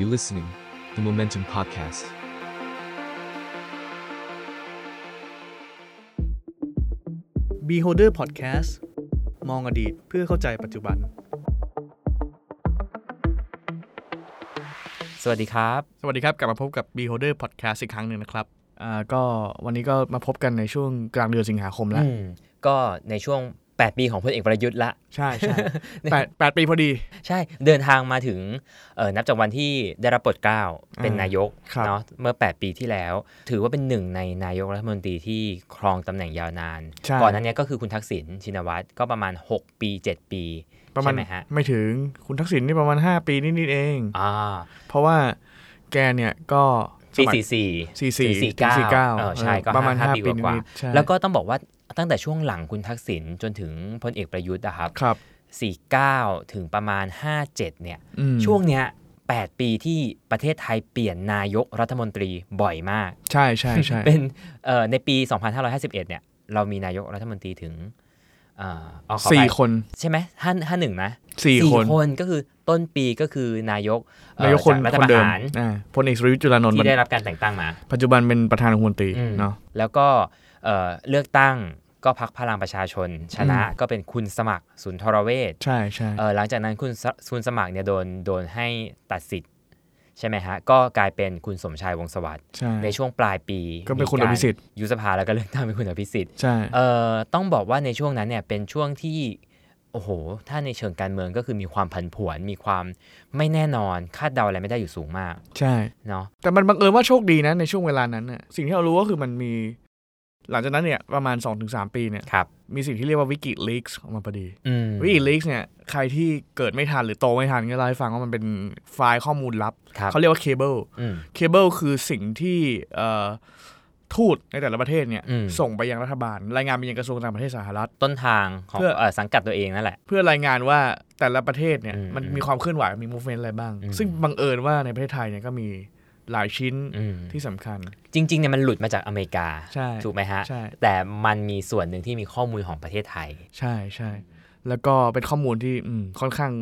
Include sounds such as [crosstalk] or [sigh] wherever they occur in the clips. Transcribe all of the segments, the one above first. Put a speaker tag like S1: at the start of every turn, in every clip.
S1: You listening, the Momentum Podcast.
S2: บีโฮเดอร์พอดแคสต์มองอดีตเพื่อเข้าใจปัจจุบัน
S3: สวัสดีครับ
S2: สวัสดีครับ กลับมาพบกับ Beholder Podcast อีกครั้งหนึ่งนะครับอ่าก็วันนี้ก็มาพบกันในช่วงกลางเดือนสิงหาคมแล้ว
S3: ก็ในช่วง 8 ปีของพลเอกประยุทธ์ละ
S2: ใช่ใช่แปดแปดปีพอดี
S3: ใช่เดินทางมาถึงเอ่อนับจากวันที่ได้รับโปรดเกล้าเป็นนายก
S2: ครับ
S3: เนาะเมื่อ 8 ปีที่แล้ว ถือว่าเป็นหนึ่งในนายกรัฐมนตรีที่ครองตำแหน่งยาวนาน
S2: ใช่
S3: ก่อนหนั้นเนี้ยก็คือคุณทักษิณชินวัตรก็ประมาณ 6 ปี 7 ปี
S2: ประมาณ
S3: ใช่ไหมฮะ
S2: ไม่ถึงคุณทักษิณนี่ประมาณ 5 ปีนิดๆเอง
S3: อ่า
S2: เพราะว่าแกเนี่ยก็ส
S3: ปี
S2: มัย
S3: สี่สี่
S2: สี่สี่
S3: สี่
S2: ถึงสี่
S3: เก้า
S2: เก้า
S3: เออใช่ก็
S2: ประมาณ
S3: ห้า
S2: ห้า
S3: ปี
S2: ปี
S3: กว่า
S2: นิดๆใช่
S3: ๆแล้วก็ต้องบอกว่าตั้งแต่ช่วงหลังคุณทักษิณจนถึงพลเอกประยุทธ์นะครับ
S2: ครับ
S3: 49 ถึงประมาณ 57 เนี่ย
S2: อืม
S3: ช่วงเนี้ย8ปีที่ประเทศไทยเปลี่ยนนายกรัฐมนตรีบ่อยมาก
S2: ใช่ใช่ใช่
S3: เป็นเอ่อในปี 2551 เนี่ย เรามีนายกรัฐมนตรีถึงเอ่อเอาขอ
S2: สี่
S3: ไป
S2: คน
S3: ใช่ไหมห้าห้าหนึ่งนะ
S2: สี่คน
S3: คนก็คือต้นปีก็คือนายกเอ่อน
S2: ายกคน
S3: จรัฐ
S2: ค
S3: ป
S2: น
S3: ระ
S2: เดิม
S3: หาร
S2: อ่าพลเอกสุรยุทธ์จุลานนท์
S3: ที่ได้รับการแต่งตั้งมา
S2: ปัจจุบันเป็นประธานองคมนตรี
S3: อืม
S2: เนาะ
S3: แล้วก็เอ่อเลือกตั้งก็พักพลังประชาชน ชนะก็เป็นคุณสมัครสุนทรเวช
S2: ใช่ใช่
S3: เออหลังจากนั้นคุณสคุณสมัครเนี่ยโดนโดนให้ตัดสิทธิ์ใช่ไหมฮะ ก็กลายเป็นคุณสมชายวงศ์สวัสดิ์
S2: ใช่
S3: ในช่วงปลายปี
S2: ก็เป็นคุณ
S3: มีาร
S2: อภิสิทธิ์
S3: ยุบสภาแล้วก็เลือกตั้งเป็นคุณอภิสิทธิ์
S2: ใช่
S3: เออต้องบอกว่าในช่วงนั้นเนี่ยเป็นช่วงที่โอ้โห ถ้าในเชิงการเมืองก็คือมีความผันผวน มีความไม่แน่นอนคาดเดาอะไรไม่ได้อยู่สูงมาก
S2: ใช่
S3: เนาะ
S2: แต่มันบังเอิญว่าโชคดีนะในช่วงเวลานั้นน่ะสิ่งที่เรารู้ก็คือมันมี หลังจากนั้นเนี่ยประมาณ 2-3 ปีเนี่ย
S3: ครับ
S2: มีสิ่งที่เรียกว่าวิกฤตลีกส์ออกมาพอดี
S3: อืม
S2: วิกฤตลีกส์เนี่ยใครที่เกิดไม่ทันหรือโตไม่ทันก็เล่าให้ฟังว่ามันเป็นไฟล์ข้อมูลลับ
S3: ครับ
S2: เขาเรียกว่าเคเบิล
S3: อืม
S2: เคเบิลคือสิ่งที่เอ่อทูตในแต่ละประเทศเนี่ย
S3: อืม
S2: ส่งไปยังรัฐบาล รายงานไปยังกระทรวงต่างประเทศสหรัฐ
S3: ต้นทางของ
S2: เพื่อ
S3: เออสังกัดตัวเองนั่นแหละ
S2: เพื่อรายงานว่าแต่ละประเทศเนี่ย
S3: อืม
S2: มันมีความเคลื่อนไหวมี movement อะไรบ้าง
S3: อืม
S2: ซึ่งบังเอิญว่าในประเทศไทยเนี่ยก็มีหลายชิ้น
S3: อืม
S2: ที่สำคัญ
S3: จริงๆเนี่ยมันหลุดมาจากอเมริกา
S2: ใช่
S3: ถูกไหมฮะ
S2: ใช่
S3: แต่มันมีส่วนหนึ่งที่มีข้อมูลของประเทศไทย
S2: ใช่ใช่ แล้วก็เป็นข้อมูลที่อืมค่อนข้าง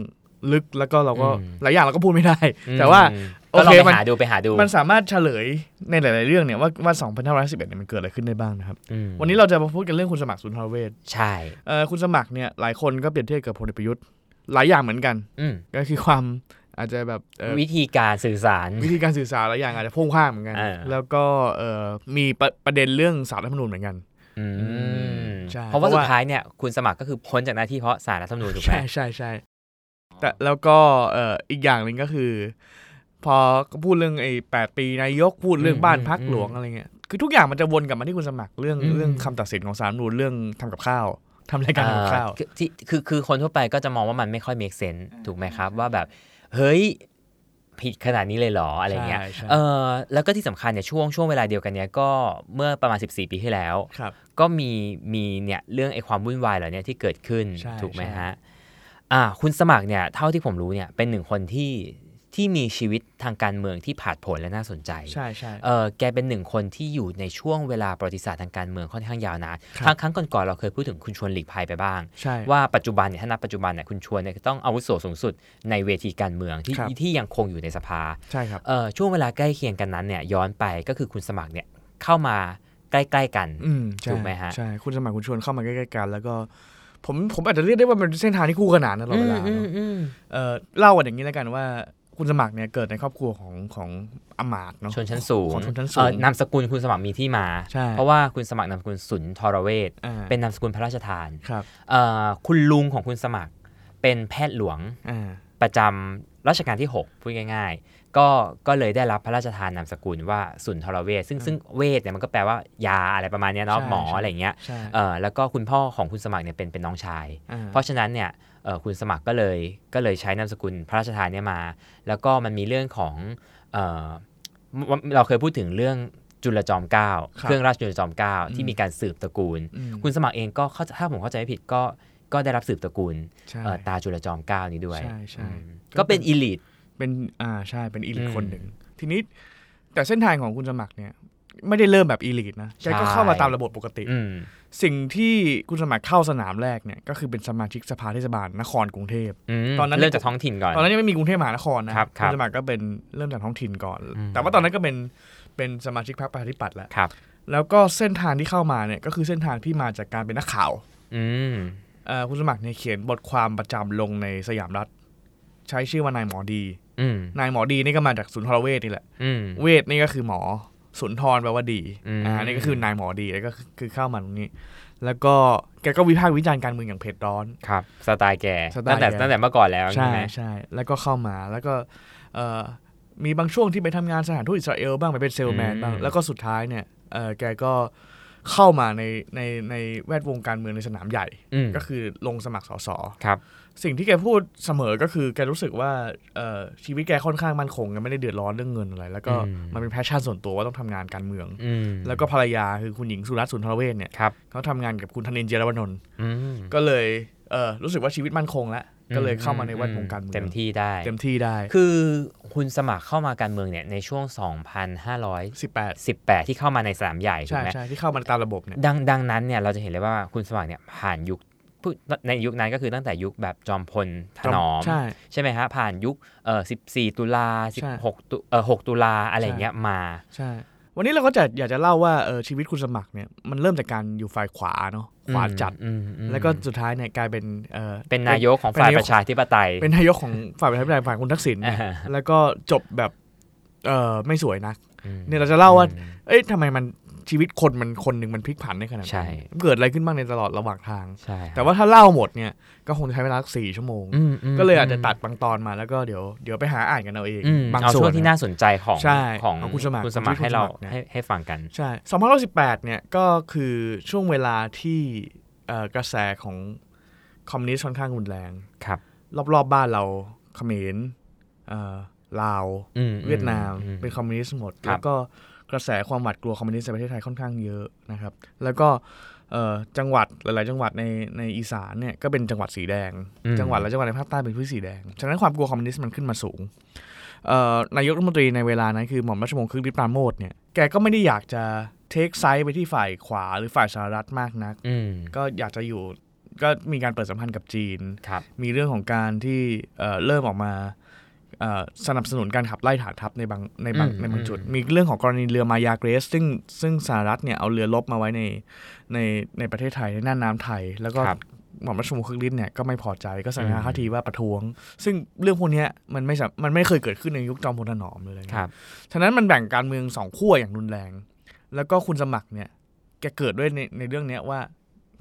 S2: ลึกแล้วก็เราก็
S3: อืม
S2: หลายอย่างเราก็พูดไม่ได้ แต่ว่า
S3: อืม
S2: โอ
S3: ก็ล
S2: เค
S3: องไป
S2: มัน
S3: หาดูไปหาดู
S2: มันสามารถเฉลยในหลาย ๆ เรื่องเนี่ยว่าว่า2511เนี่ยมันเกิดอะไรขึ้นได้บ้างนะครับ
S3: อืม
S2: วันนี้เราจะมาพูดกันเรื่องคุณสมัครสุนทรเวช
S3: ใช่
S2: เอ่อคุณสมัครเนี่ยหลายคนก็เปรียบเทียบกับพลเอกประยุทธ์หลายอย่างเหมือนกัน
S3: อืม
S2: ก็คือความอาจจะแบบเอ่อ
S3: วิธีการสื่อสาร
S2: วิธีการสื่อสารหลายอย่างอาจจะพ่วงข้างเหมือนกัน
S3: อ่า
S2: แล้วก็เอ่อมีประประเด็นเรื่องสารรัฐธรรมนูญเหมือนกัน
S3: อืม
S2: ใช่
S3: เพราะว่า
S2: เพราะว่า
S3: สุดท้ายเนี่ยคุณสมัครก็คือพ้นจากหน้าที่เพราะสารรัฐธรรมนูญถูกไหม
S2: ใช่ใช่ใช่แต่แล้วก็เอ่ออีกอย่างหนึ่งก็คือ พอก็พูดเรื่องไอ้แปดปีนายกพูดเรื่องบ้านพักหลวงอะไรเงี้ยคือทุกอย่างมันจะวนกลับมาที่คุณสมัครเรื่องเรื่องคำตัดสินของศาลรฐธรรมนูนเรื่องทำกับข้าวทำรายการทำกับข้าว
S3: เอ่อคือที่คือคือคนทั่วไปก็จะมองว่ามันไม่ค่อย make sense ถูกไหมครับ ว่าแบบ เฮ้ย ผิดขนาดนี้เลยเหรออะไรเงี้ย
S2: ใช่ใช่
S3: เออแล้วก็ที่สำคัญเนี่ยช่วงช่วงเวลาเดียวกันเนี่ยก็เมื่อประมาณ 14 ปีที่แล้ว
S2: ครับ
S3: ก็มีมีเนี่ยเรื่องไอ้ความวุ่นวายเหล่าเนี้ที่เกิดขึ้น
S2: ใช่
S3: ถูกไหม
S2: ใช่
S3: ฮะอ่าคุณสมัครเนี่ยเท่าที่ผมรู้เนี่ยเป็นหนึ่งคนที่ที่มีชีวิตทางการเมืองที่ผาดโผนและน่าสนใจ
S2: ใช่ใช่
S3: เออแกเป็นหนึ่งคนที่อยู่ในช่วงเวลาประวัติศาสตร์ทางการเมืองค่อนข้างยาวนาน
S2: ครับ
S3: ครั้งครั้งก่อนๆเราเคยพูดถึงคุณชวนหลีกภัยไปบ้าง
S2: ใช่
S3: ว่าปัจจุบันเนี่ยถ้านับปัจจุบันเนี่ยคุณชวนเนี่ยต้องอาวุโสสูงสุดในเวทีการเมืองที่
S2: ครับ
S3: ที่ยังคงอยู่ในสภา
S2: ใช่ครับ
S3: เอ่อช่วงเวลาใกล้เคียงกันนั้นเนี่ยย้อนไปก็คือคุณสมัครเนี่ยเข้ามาใกล้ๆกัน
S2: อืมใช่
S3: ถูกไหมฮะ
S2: ใช่คุณสมัครคุณชวนเข้ามาใกล้ๆกันแล้วก็ ผมผมอาจจะเรียกได้ว่ามันเป็นเส้นทางที่คู่ขนานนะตลอดเวลาเนอะเอ่อเล่ากันอย่างนี้แล้วกันว่า คุณสมัครเนี่ยเกิดในครอบครัวของของอำมาตย์เนาะ
S3: ชนชั้นสูง
S2: ของชนชั้นสูง
S3: เอ่อนามสกุลคุณสมัครมีที่มา
S2: ใช่
S3: เพราะว่าคุณสมัครนามสกุลสุนทรเวช
S2: อ่า
S3: เป็นนามสกุลพระราชทาน
S2: ครับ
S3: เอ่อคุณลุงของคุณสมัครเป็นแพทย์หลวง
S2: อ่า
S3: ประจำรัชกาลที่ 6 พูดง่าย ๆ ก็ก็เลยได้รับพระราชทานนามสกุลว่าสุนทรเวชซึ่งซึ่งเวชเนี่ยมันก็แปลว่ายาอะไรประมาณเนี้ยเนาะ
S2: ใช่
S3: หมอ
S2: ใช่
S3: อะไรเงี้ย
S2: ใช่
S3: เอ่อแล้วก็คุณพ่อของคุณสมัครเนี่ยเป็นเป็นน้องชาย
S2: อ่า
S3: เพราะฉะนั้นเนี่ยเอ่อคุณสมัครก็เลยก็เลยใช้นามสกุลพระราชทานเนี่ยมา แล้วก็มันมีเรื่องของเอ่อเราเราเคยพูดถึงเรื่องจุลจอมเกล้า
S2: ครับ
S3: เครื่องราชจุลจอมเกล้า
S2: อืม
S3: ที่มีการสืบตระกูล
S2: อืม
S3: คุณสมัครเองก็เข้าถ้าผมเข้าใจไม่ผิดก็ก็ได้รับสืบตระกูล
S2: ใช่
S3: เอ่อตาจุลจอมเกล้านี้ด้วย
S2: ใช่ใช่
S3: อืม
S2: ก็
S3: ก็
S2: เป็
S3: เป็น นอีลิ
S2: เป็นอ่าใช่เป็นอีลิท
S3: อืม
S2: คนหนึ่งทีนี้แต่เส้นทางของคุณสมัครเนี่ย ไม่ได้เริ่มแบบอีลิทนะแกก็เข้ามา
S3: ใช่
S2: ตามระบบปกติ
S3: อืม
S2: สิ่งที่คุณสมัครเข้าสนามแรกเนี่ยก็คือเป็นสมาชิกสภาเทศบาลนครกรุงเทพ
S3: ม
S2: ตอนนั้น
S3: เริ่มจากท้องถิ่นก่อน
S2: ตอนนั้นยังไม่มีกรุงเทพมหานครนะครับ
S3: ครับ
S2: ณสมัครก็เป็นเริ่มจากท้องถิ่นก่อน
S3: อืม
S2: แต่ว่าตอนนั้นก็เป็นเป็นสมาชิกพรรคประชาธิปัตย์แล้ว
S3: ครับ
S2: แล้วก็เส้นทางที่เข้ามาเนี่ยก็คือเส้นทางที่มาจากการเป็นนักข่าว
S3: อืม
S2: เอ่อคุณสมัครเนี่ยเขียนบทความประจำลงในสยามรัฐ ใช้ชื่อว่านายหมอดี
S3: อืม
S2: นายหมอดีนี่ก็มาจากสุนทรเวชนี่แหละ
S3: อืม
S2: เวทนี่ก็คือหมอ สุนทรแปลว่าดี
S3: อืม
S2: นี่ก็คือนายหมอดีแล้วก็คือคือเข้ามาตรงนี้ แล้วก็แกก็วิพากษ์วิจารณ์การเมืองอย่างเผ็ดร้อน
S3: ครับสไตล์แก
S2: สไตล์
S3: ตั้งแต่
S2: แก
S3: ตั้งแต่เมื่อก่อนแล้ว
S2: ใช่
S3: ใช่ไหม
S2: ใช่แล้วก็เข้ามาแล้วก็เอ่อมีบางช่วงที่ไปทำงานสถานทูตอิสราเอลบ้างไปเป็นเซลแมนบ้างแล้วก็สุดท้ายเนี่ยเอ่อแกก็เข้ามาในในในแวดวงการเมืองในสนามใหญ่
S3: อืม
S2: ก็คือลงสมัครสส
S3: ครับ
S2: สิ่งที่แกพูดเสมอก็คือแกรู้สึกว่าเอ่อชีวิตแกค่อนข้างมั่นคงแกไม่ได้เดือดร้อนเรื่องเงินอะไร แล้วก็
S3: อืม
S2: มันเป็นแพชชั่นส่วนตัวว่าต้องทำงานการเมือง
S3: อืม
S2: แล้วก็ภรรยาคือคุณหญิงสุรัตน์สุนทรเวชเนี่ย
S3: ครับ
S2: เขาทำงานกับคุณธนินทร์เจยรวนนท์
S3: อืม
S2: ก็เลยเอ่อรู้สึกว่าชีวิตมั่นคงแล้วก็เลยเข้ามาในแวดวงการเมือง
S3: เต็มที่ได้
S2: เต็มที่ได้
S3: คือคุณสมัครเข้ามาการเมืองเนี่ยในช่วง 2,518
S2: 18
S3: ที่เข้ามาในสนามใหญ่ถูก
S2: ใช่
S3: ไหม
S2: ใช่ที่เข้ามาตามระบบเนี่ย
S3: ดังดังนั้นเนี่ยเราจะเห็นเลยว่าคุณสมัครเนี่ยผ่านยุคผู้ในยุคนั้นก็คือตั้งแต่ยุคแบบจอมพลถนอม
S2: ใช่
S3: ใช่ไหมฮะ ผ่านยุคเอ่อ14 ตุลา
S2: ใช่
S3: 16ตุเอ่อ6ตุลาอะไรอย่างเงี้ยมา
S2: ใช่ วันนี้เราก็จะอยากจะเล่าว่าเออชีวิตคุณสมัครเนี่ยมันเริ่มจากการอยู่ฝ่ายขวาเนาะขวาจัด
S3: อืมอืม
S2: แล้วก็สุดท้ายเนี่ยกลายเป็นเออ
S3: เป็นนายกของฝ่ายประชาธิปไตย
S2: เป็นนายกของฝ่ายประชาธิปไตยฝ่ายคุณทักษิณเนี่ย
S3: อ่า
S2: แล้วก็จบแบบเออไม่สวยนัก
S3: อืม
S2: เนี่ยเราจะเล่าว่า เอ้ยทำไมมันชีวิตคนมันคนหนึ่งมันพลิกผันได้ขนาด
S3: ใช่
S2: นั้นเกิดอะไรขึ้นบ้างในตลอดระหว่างทาง
S3: ใช่ฮะ
S2: แต่ว่าถ้าเล่าหมดเนี่ยก็คงจะใช้เวลาสักสี่ชั่วโมง
S3: อืมม
S2: ก็เลยอาจจะตัดบางตอนมาแล้วก็เดี๋ยวเดี๋ยวไปหาอ่านกันเอาเอง
S3: อืม
S2: บาง
S3: เอา
S2: ส่
S3: ช่
S2: ว
S3: วน งที่
S2: นะ
S3: น่าสนใจของ
S2: ใช่
S3: ของ
S2: ของคุณสมัคร
S3: คุณสมัครให้เรา
S2: คุณสมัครเนี่ย
S3: ให้ให้ฟังกัน
S2: ใช่2018เนี่ยก็คือช่วงเวลาที่เอ่อกระแสของคอมมิวนิสต์ค่อนข้างรุนแรง
S3: ครับ
S2: รอบๆบบ้านเราเขมรเอ่อลาว
S3: อืม
S2: เวียดนาม
S3: อื
S2: เป็นคอมมิวนิสต์หมด
S3: ครับ
S2: แล้วก็กระแสความหวาดกลัวคอมมิวนิสต์ในประเทศไทยค่อนข้างเยอะนะครับ แล้วก็เอ่อจังหวัดหลายๆ จังหวัดในในอีสานเนี่ยก็เป็นจังหวัดสีแดง
S3: อืม
S2: จังหวัดและจังหวัดในภาคใต้เป็นพื้นที่สีแดง ฉะนั้นความกลัวคอมมิวนิสต์มันขึ้นมาสูงเอ่อนายกรัฐมนตรีในเวลานั้นคือหม่อมราชวงศ์คึกฤทธิ์ปราโมชเนี่ย แกก็ไม่ได้อยากจะเทคไซด์ไปที่ฝ่ายขวาหรือฝ่ายสหรัฐมากนัก
S3: อืม
S2: ก็อยากจะอยู่ ก็มีการเปิดสัมพันธ์กับจีน
S3: ครับ
S2: มีเรื่องของการที่เอ่อเริ่มออกมาเอ่อสนับสนุนการขับไล่ฐานทัพในบางในบาง
S3: อืม
S2: ในบางจุด
S3: อืม
S2: มีเรื่องของกรณีเรือมายาเกรส ซึ่งซึ่งสหรัฐเนี่ยเอาเรือลบมาไว้ในในในประเทศไทยในน่านน้ำไทย แล้วก็
S3: ครับ
S2: หม่อมราชวงศ์คึกฤทธิ์เนี่ยก็ไม่พอใจก็แสดง
S3: อืม
S2: ท่าทีว่าประท้วง ซึ่งเรื่องพวกเนี้ยมันไม่สามันไม่เคยเกิดขึ้นในยุคจอมพลถนอมเลยนะครับ ฉะนั้นมันแบ่งการเมืองสองขั้วอย่างรุนแรง แล้วก็คุณสมัครเนี่ยแกเกิดด้วยในในเรื่องเนี้ยว่า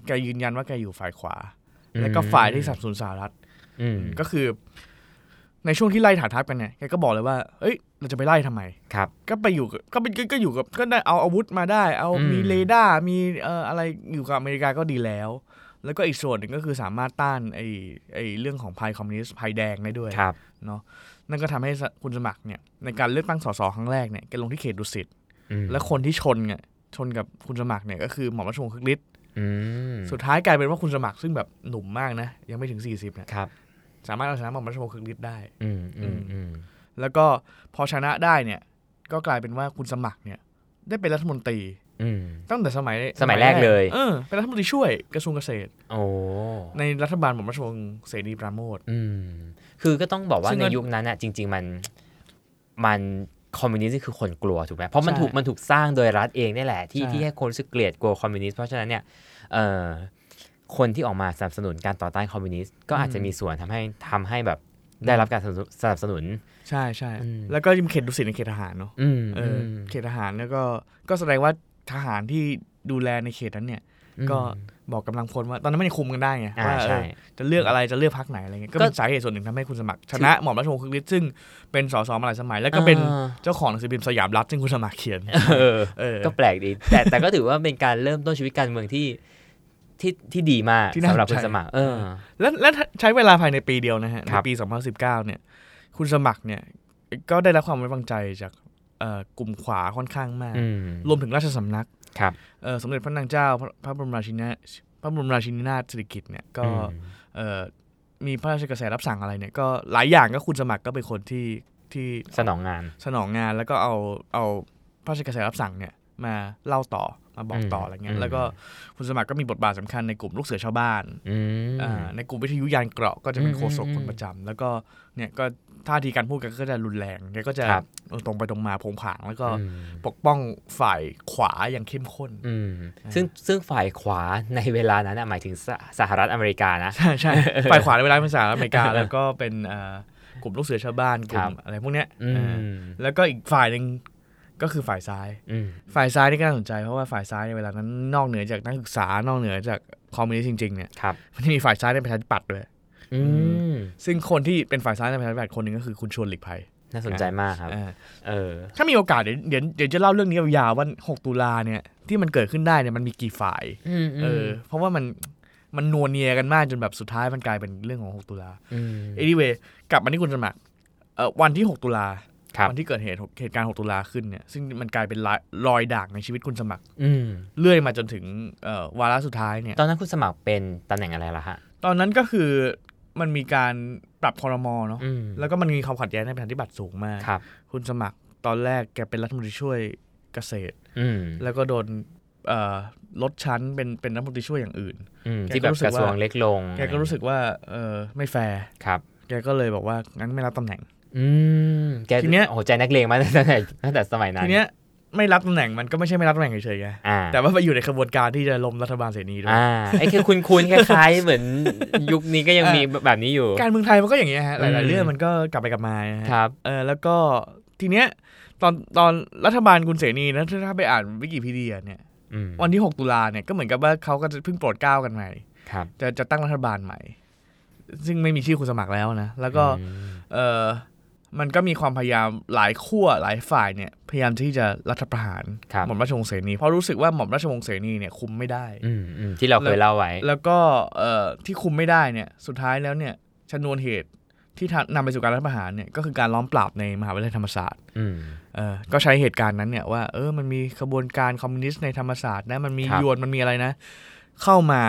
S2: แกยืนยันว่าแกอยู่ฝ่ายขวา แล้วก็ฝ่ายที่สนับสนุนสหรัฐ
S3: อืม
S2: ก็คือ ในช่วงที่ไล่ถานทัพกันเนี่ยแกก็บอกเลยว่า เอ้ย เราจะไปไล่ทำไม
S3: ครับ
S2: ก็ไปอยู่กับก็ไปก็ก็อยู่กับก็ได้เอาอาวุธมาได้ เอา
S3: อืม
S2: มีเรดาร์มีเอ่ออะไรอยู่กับอเมริกาก็ดีแล้ว แล้วก็อีกส่วนหนึ่งก็คือสามารถต้านไอ้ไอ้เรื่องของภัยคอมมิวนิสต์ภัยแดงได้ด้วย
S3: ครับ
S2: นั่นก็ทำให้คุณสมัครเนี่ยในการเลือกตั้งสสครั้งแรกเนี่ยแกลงที่เขตดุสิต
S3: อืม
S2: และคนที่ชนเนี่ยชนกับคุณสมัครเนี่ยก็คือหม่อมราชวงศ์คึกฤทธิ์
S3: อืม
S2: สุดท้ายกลายเป็นว่าคุณสมัครซึ่งแบบหนุ่มมากนะยังไม่ถึง 40เนี่ย
S3: ครับ
S2: สามารถเอาชนะหม่อมราชวงศ์คึกฤทธิ์ได้
S3: อืมอืมอืม
S2: แล้วก็พอชนะได้เนี่ย ก็กลายเป็นว่าคุณสมัครเนี่ย ได้เป็นรัฐมนตรี
S3: อืม
S2: ตั้งแต่สมัย
S3: สมัยแรกเลย
S2: เออเป็นรัฐมนตรีช่วยกระทรวงเกษตร
S3: โอ้
S2: ในรัฐบาลหม่อมราชวงศ์เสรีปราโมท
S3: อืมคือก็ต้องบอกว่า
S2: ซึ่ง
S3: ใน
S2: ก็
S3: ยุคนั้นอ่ะจริง ๆ มันมันคอมมิวนิสต์นี่คือคนกลัวถูกไหมเพราะมัน
S2: ใช่
S3: ถูกมันถูกสร้างโดยรัฐเองนี่แหละ ที่
S2: ใช่
S3: ที่ให้คนรู้สึกเกลียดกลัวคอมมิวนิสต์เพราะฉะนั้นเนี่ยเอ่อคนที่ออกมาสนับสนุนการต่อต้านคอมมิวนิสต์ก็อาจจะมีส่วนทำให้ทำให้แบบได้รับการสนับสนุนสนับสนุน
S2: ใช่ใช่
S3: อืม
S2: แล้วก็ยังเขตดุสิตในเขตทหารเนาะ
S3: อืม
S2: เอออ
S3: ม
S2: เขตทหารแล้วก็ก็แสดงว่าทหารที่ดูแลในเขตนั้นเนี่ย ก็
S3: อืม
S2: บอกกำลังพลว่า ตอนนั้นมันยังคุมกันได้ไง
S3: อ่า
S2: ว่าเอ
S3: ใช่
S2: อจะเลือกอะไรจะเลือกพักไหนอะไรเงี้ยก็
S3: ก็
S2: เป็นสาเหตุส่วนหนึ่งทำให้คุณสมัครชนะหม่อมราชวงศ์คึกฤทธิ์ซึ่งเป็นสสมาหลายสมัย แล้วก็เป็น
S3: อ่า
S2: เจ้าของหนังสือพิมพ์สยามรัฐซึ่งคุณสมัครเขียน
S3: เออ
S2: เออ
S3: ก็แปลกดี แต่แต่ก็ถือว่าเป็นการเริ่มต้นชีวิตการเมืองที่ที่ที่ดีมาก
S2: ที่น่า
S3: สำหรับ
S2: สนใจ
S3: คุณสมัคร เออ
S2: และและใช้เวลาภายในปีเดียวนะฮะ ใน
S3: ครับ
S2: ปี 2019 เนี่ย คุณสมัครเนี่ย ก็ได้รับความไว้วางใจจากเอ่อกลุ่มขวาค่อนข้างมาก
S3: อืม
S2: รวมถึงราชสำนัก
S3: ครับ
S2: เอ่อสมเด็จพระนางเจ้า พระพระบรมราชินีพระบรมราชินีนาถสิริกิติ์เนี่ยก็
S3: อืม
S2: เอ่อมีพระราชกระแสรับสั่งอะไรเนี่ย ก็หลายอย่างก็คุณสมัครก็เป็นคนที่ที่
S3: สนองงาน
S2: สนองงานแล้วก็เอาเอาพระราชกระแสรับสั่งเนี่ย มาเล่าต่อมาบอกต่อ
S3: ม
S2: อะไรเงี้ย
S3: อืม
S2: แล้วก็คุณสมัครก็มีบทบาทสำคัญในกลุ่มลูกเสือชาวบ้าน
S3: อืม
S2: อ่าในกลุ่มวิทยุยานเกราะก็จะเป็น
S3: อืม
S2: โฆษก
S3: อืม
S2: คนประจำแล้วก็เนี่ยก็ท่าทีการพูดกันก็จะรุนแรงแกก็จะ
S3: ครับ
S2: เออตรงไปตรงมาโผงผางแล้วก็
S3: อืม
S2: ปกป้องฝ่ายขวาอย่างเข้มข้น
S3: อืมซึ่งซึ่งฝ่ายขวาในเวลานั้นนะหมายถึงสหสหรัฐอเมริกานะ
S2: ใช่ใช่
S3: [laughs]
S2: ฝ่ายขวาในเวลาเป็นสหรัฐอเมริกา แล้วก็เป็นเอ่อกลุ่มลูกเสือชาวบ้านกลุ่
S3: ครั
S2: ม
S3: บ
S2: อะไรพวกเนี้ย
S3: อื
S2: เออ
S3: ม
S2: แล้วก็อีกฝ่ายหนึ่งก็คือฝ่ายซ้าย
S3: อืม
S2: ฝ่ายซ้ายนี่ก็น่าสนใจเพราะว่าฝ่ายซ้ายในเวลานั้นนอกเหนือจากนักศึกษานอกเหนือจากคอมมิวนิสต์จริงๆเนี่ย
S3: ครับ
S2: มันจะมีฝ่ายซ้ายในประชาธิปัตย์ด้วย
S3: อืม
S2: ซึ่งคนที่เป็นฝ่ายซ้ายในประชาธิปัตย์คนหนึ่งก็คือคุณชวนหลีกภัย
S3: น่าสนใจมากครับ
S2: เออ
S3: เออ
S2: ถ้ามีโอกาสเดี๋ยวเดี๋ยวเดี๋ยวจะเล่าเรื่องนี้ยาวๆว่า6ตุลาเนี่ยที่มันเกิดขึ้นได้เนี่ยมันมีกี่ฝ่าย
S3: อืม
S2: เออเพราะว่ามันมันนัวเนียกันมากจนแบบสุดท้ายมันกลายเป็นเรื่องของ 6 ตุลา
S3: ม
S2: anyway กลับมาที่คุณสมัครเอ่อวันที่ 6 ตุลา
S3: ครับ
S2: วันที่เกิดเหตุเหตุการณ์ 6 ตุลาขึ้นเนี่ยซึ่งมันกลายเป็นรอยรอยด่างในชีวิตคุณสมัคร
S3: อืม
S2: เลื่อยมาจนถึงเอ่อวาระสุดท้ายเนี่ย
S3: ตอนนั้นคุณสมัครเป็นตำแหน่งอะไรล่ะฮะ
S2: ตอนนั้นก็คือมันมีการปรับคอรมอเนาะ
S3: อืม
S2: แล้วก็มันมีความขัดแย้งในประชาธิปัตย์สูงมาก
S3: ครับ
S2: คุณสมัครตอนแรกแกเป็นรัฐมนตรีช่วยเกษตร
S3: อืม
S2: แล้วก็โดนเอ่อลดชั้นเป็นเป็นรัฐมนตรีช่วยอย่างอื่น
S3: อืม
S2: แกก็
S3: ที่แบบ
S2: รู้สึก
S3: กระทรวง
S2: ว่า
S3: เล็กลง
S2: แกก็รู้สึกว่าเออไม่แฟร์
S3: ครับ
S2: แกก็เลยบอกว่างั้นไม่รับตำแหน่ง
S3: อืม แก
S2: ทีเนี้ย
S3: โอ้โหใจนัก [laughs] เลงมาตั้งแต่ตั้งแต่สมัยนั้น
S2: ทีเนี้ยไม่รับตำแหน่งมันก็ไม่ใช่ไม่รับตำแหน่งเฉยๆไง
S3: อ่า
S2: แต่ว่าไปอยู่ในขบวนการที่จะล้มรัฐบาลเสรีด้วย
S3: อ่าไอ้คือคุณคุณ [laughs] คล้ายๆ เหมือนยุคนี้ก็ยัง
S2: อ่ามี
S3: มีแบบนี้อยู่
S2: การเมืองไทยมันก็อย่างเงี้ยฮะห
S3: อื
S2: ลายๆ
S3: ม
S2: เรื่องมันก็กลับไปกลับมานะฮะ
S3: ครับ
S2: เออแล้วก็ทีเนี้ยตอนตอนรัฐบาลคุณเสนีนะถ้าถ้าไปอ่านวิกิพีเดียเนี่ย
S3: อืม
S2: วันที่ 6 ตุลาเนี่ยก็เหมือนกับว่าเขาก็จะเพิ่งโปรดเกล้ากันใหม่
S3: ครับ
S2: จะจะตั้งรัฐบาลใหม่ ซึ่งไม่มีชื่อคุณสมัครแล้วนะแล้วก็
S3: อืม
S2: เออมันก็มีความพยายามหลายขั้วหลายฝ่ายเนี่ยพยายามที่จะรัฐประหาร
S3: ครับ
S2: หม่อมราชวงศ์เสนีเพราะรู้สึกว่าหม่อมราชวงศ์เสนีเนี่ยคุมไม่ได้
S3: อืมอืมที่เราเคยเล่าไว้
S2: แล้วก็เอ่อที่คุมไม่ได้เนี่ยสุดท้ายแล้วเนี่ยชนวนเหตุที่ทำนำไปสู่การรัฐประหารเนี่ยก็คือการล้อมปราบในมหาวิทยาลัยธรรมศาสตร์
S3: อืม
S2: เออก็ใช้เหตุการณ์นั้นเนี่ยว่าเออมันมีขบวนการคอมมิวนิสต์ในธรรมศาสตร์นะมันมี
S3: ครับ
S2: ยวนมันมีอะไรนะ เข้ามา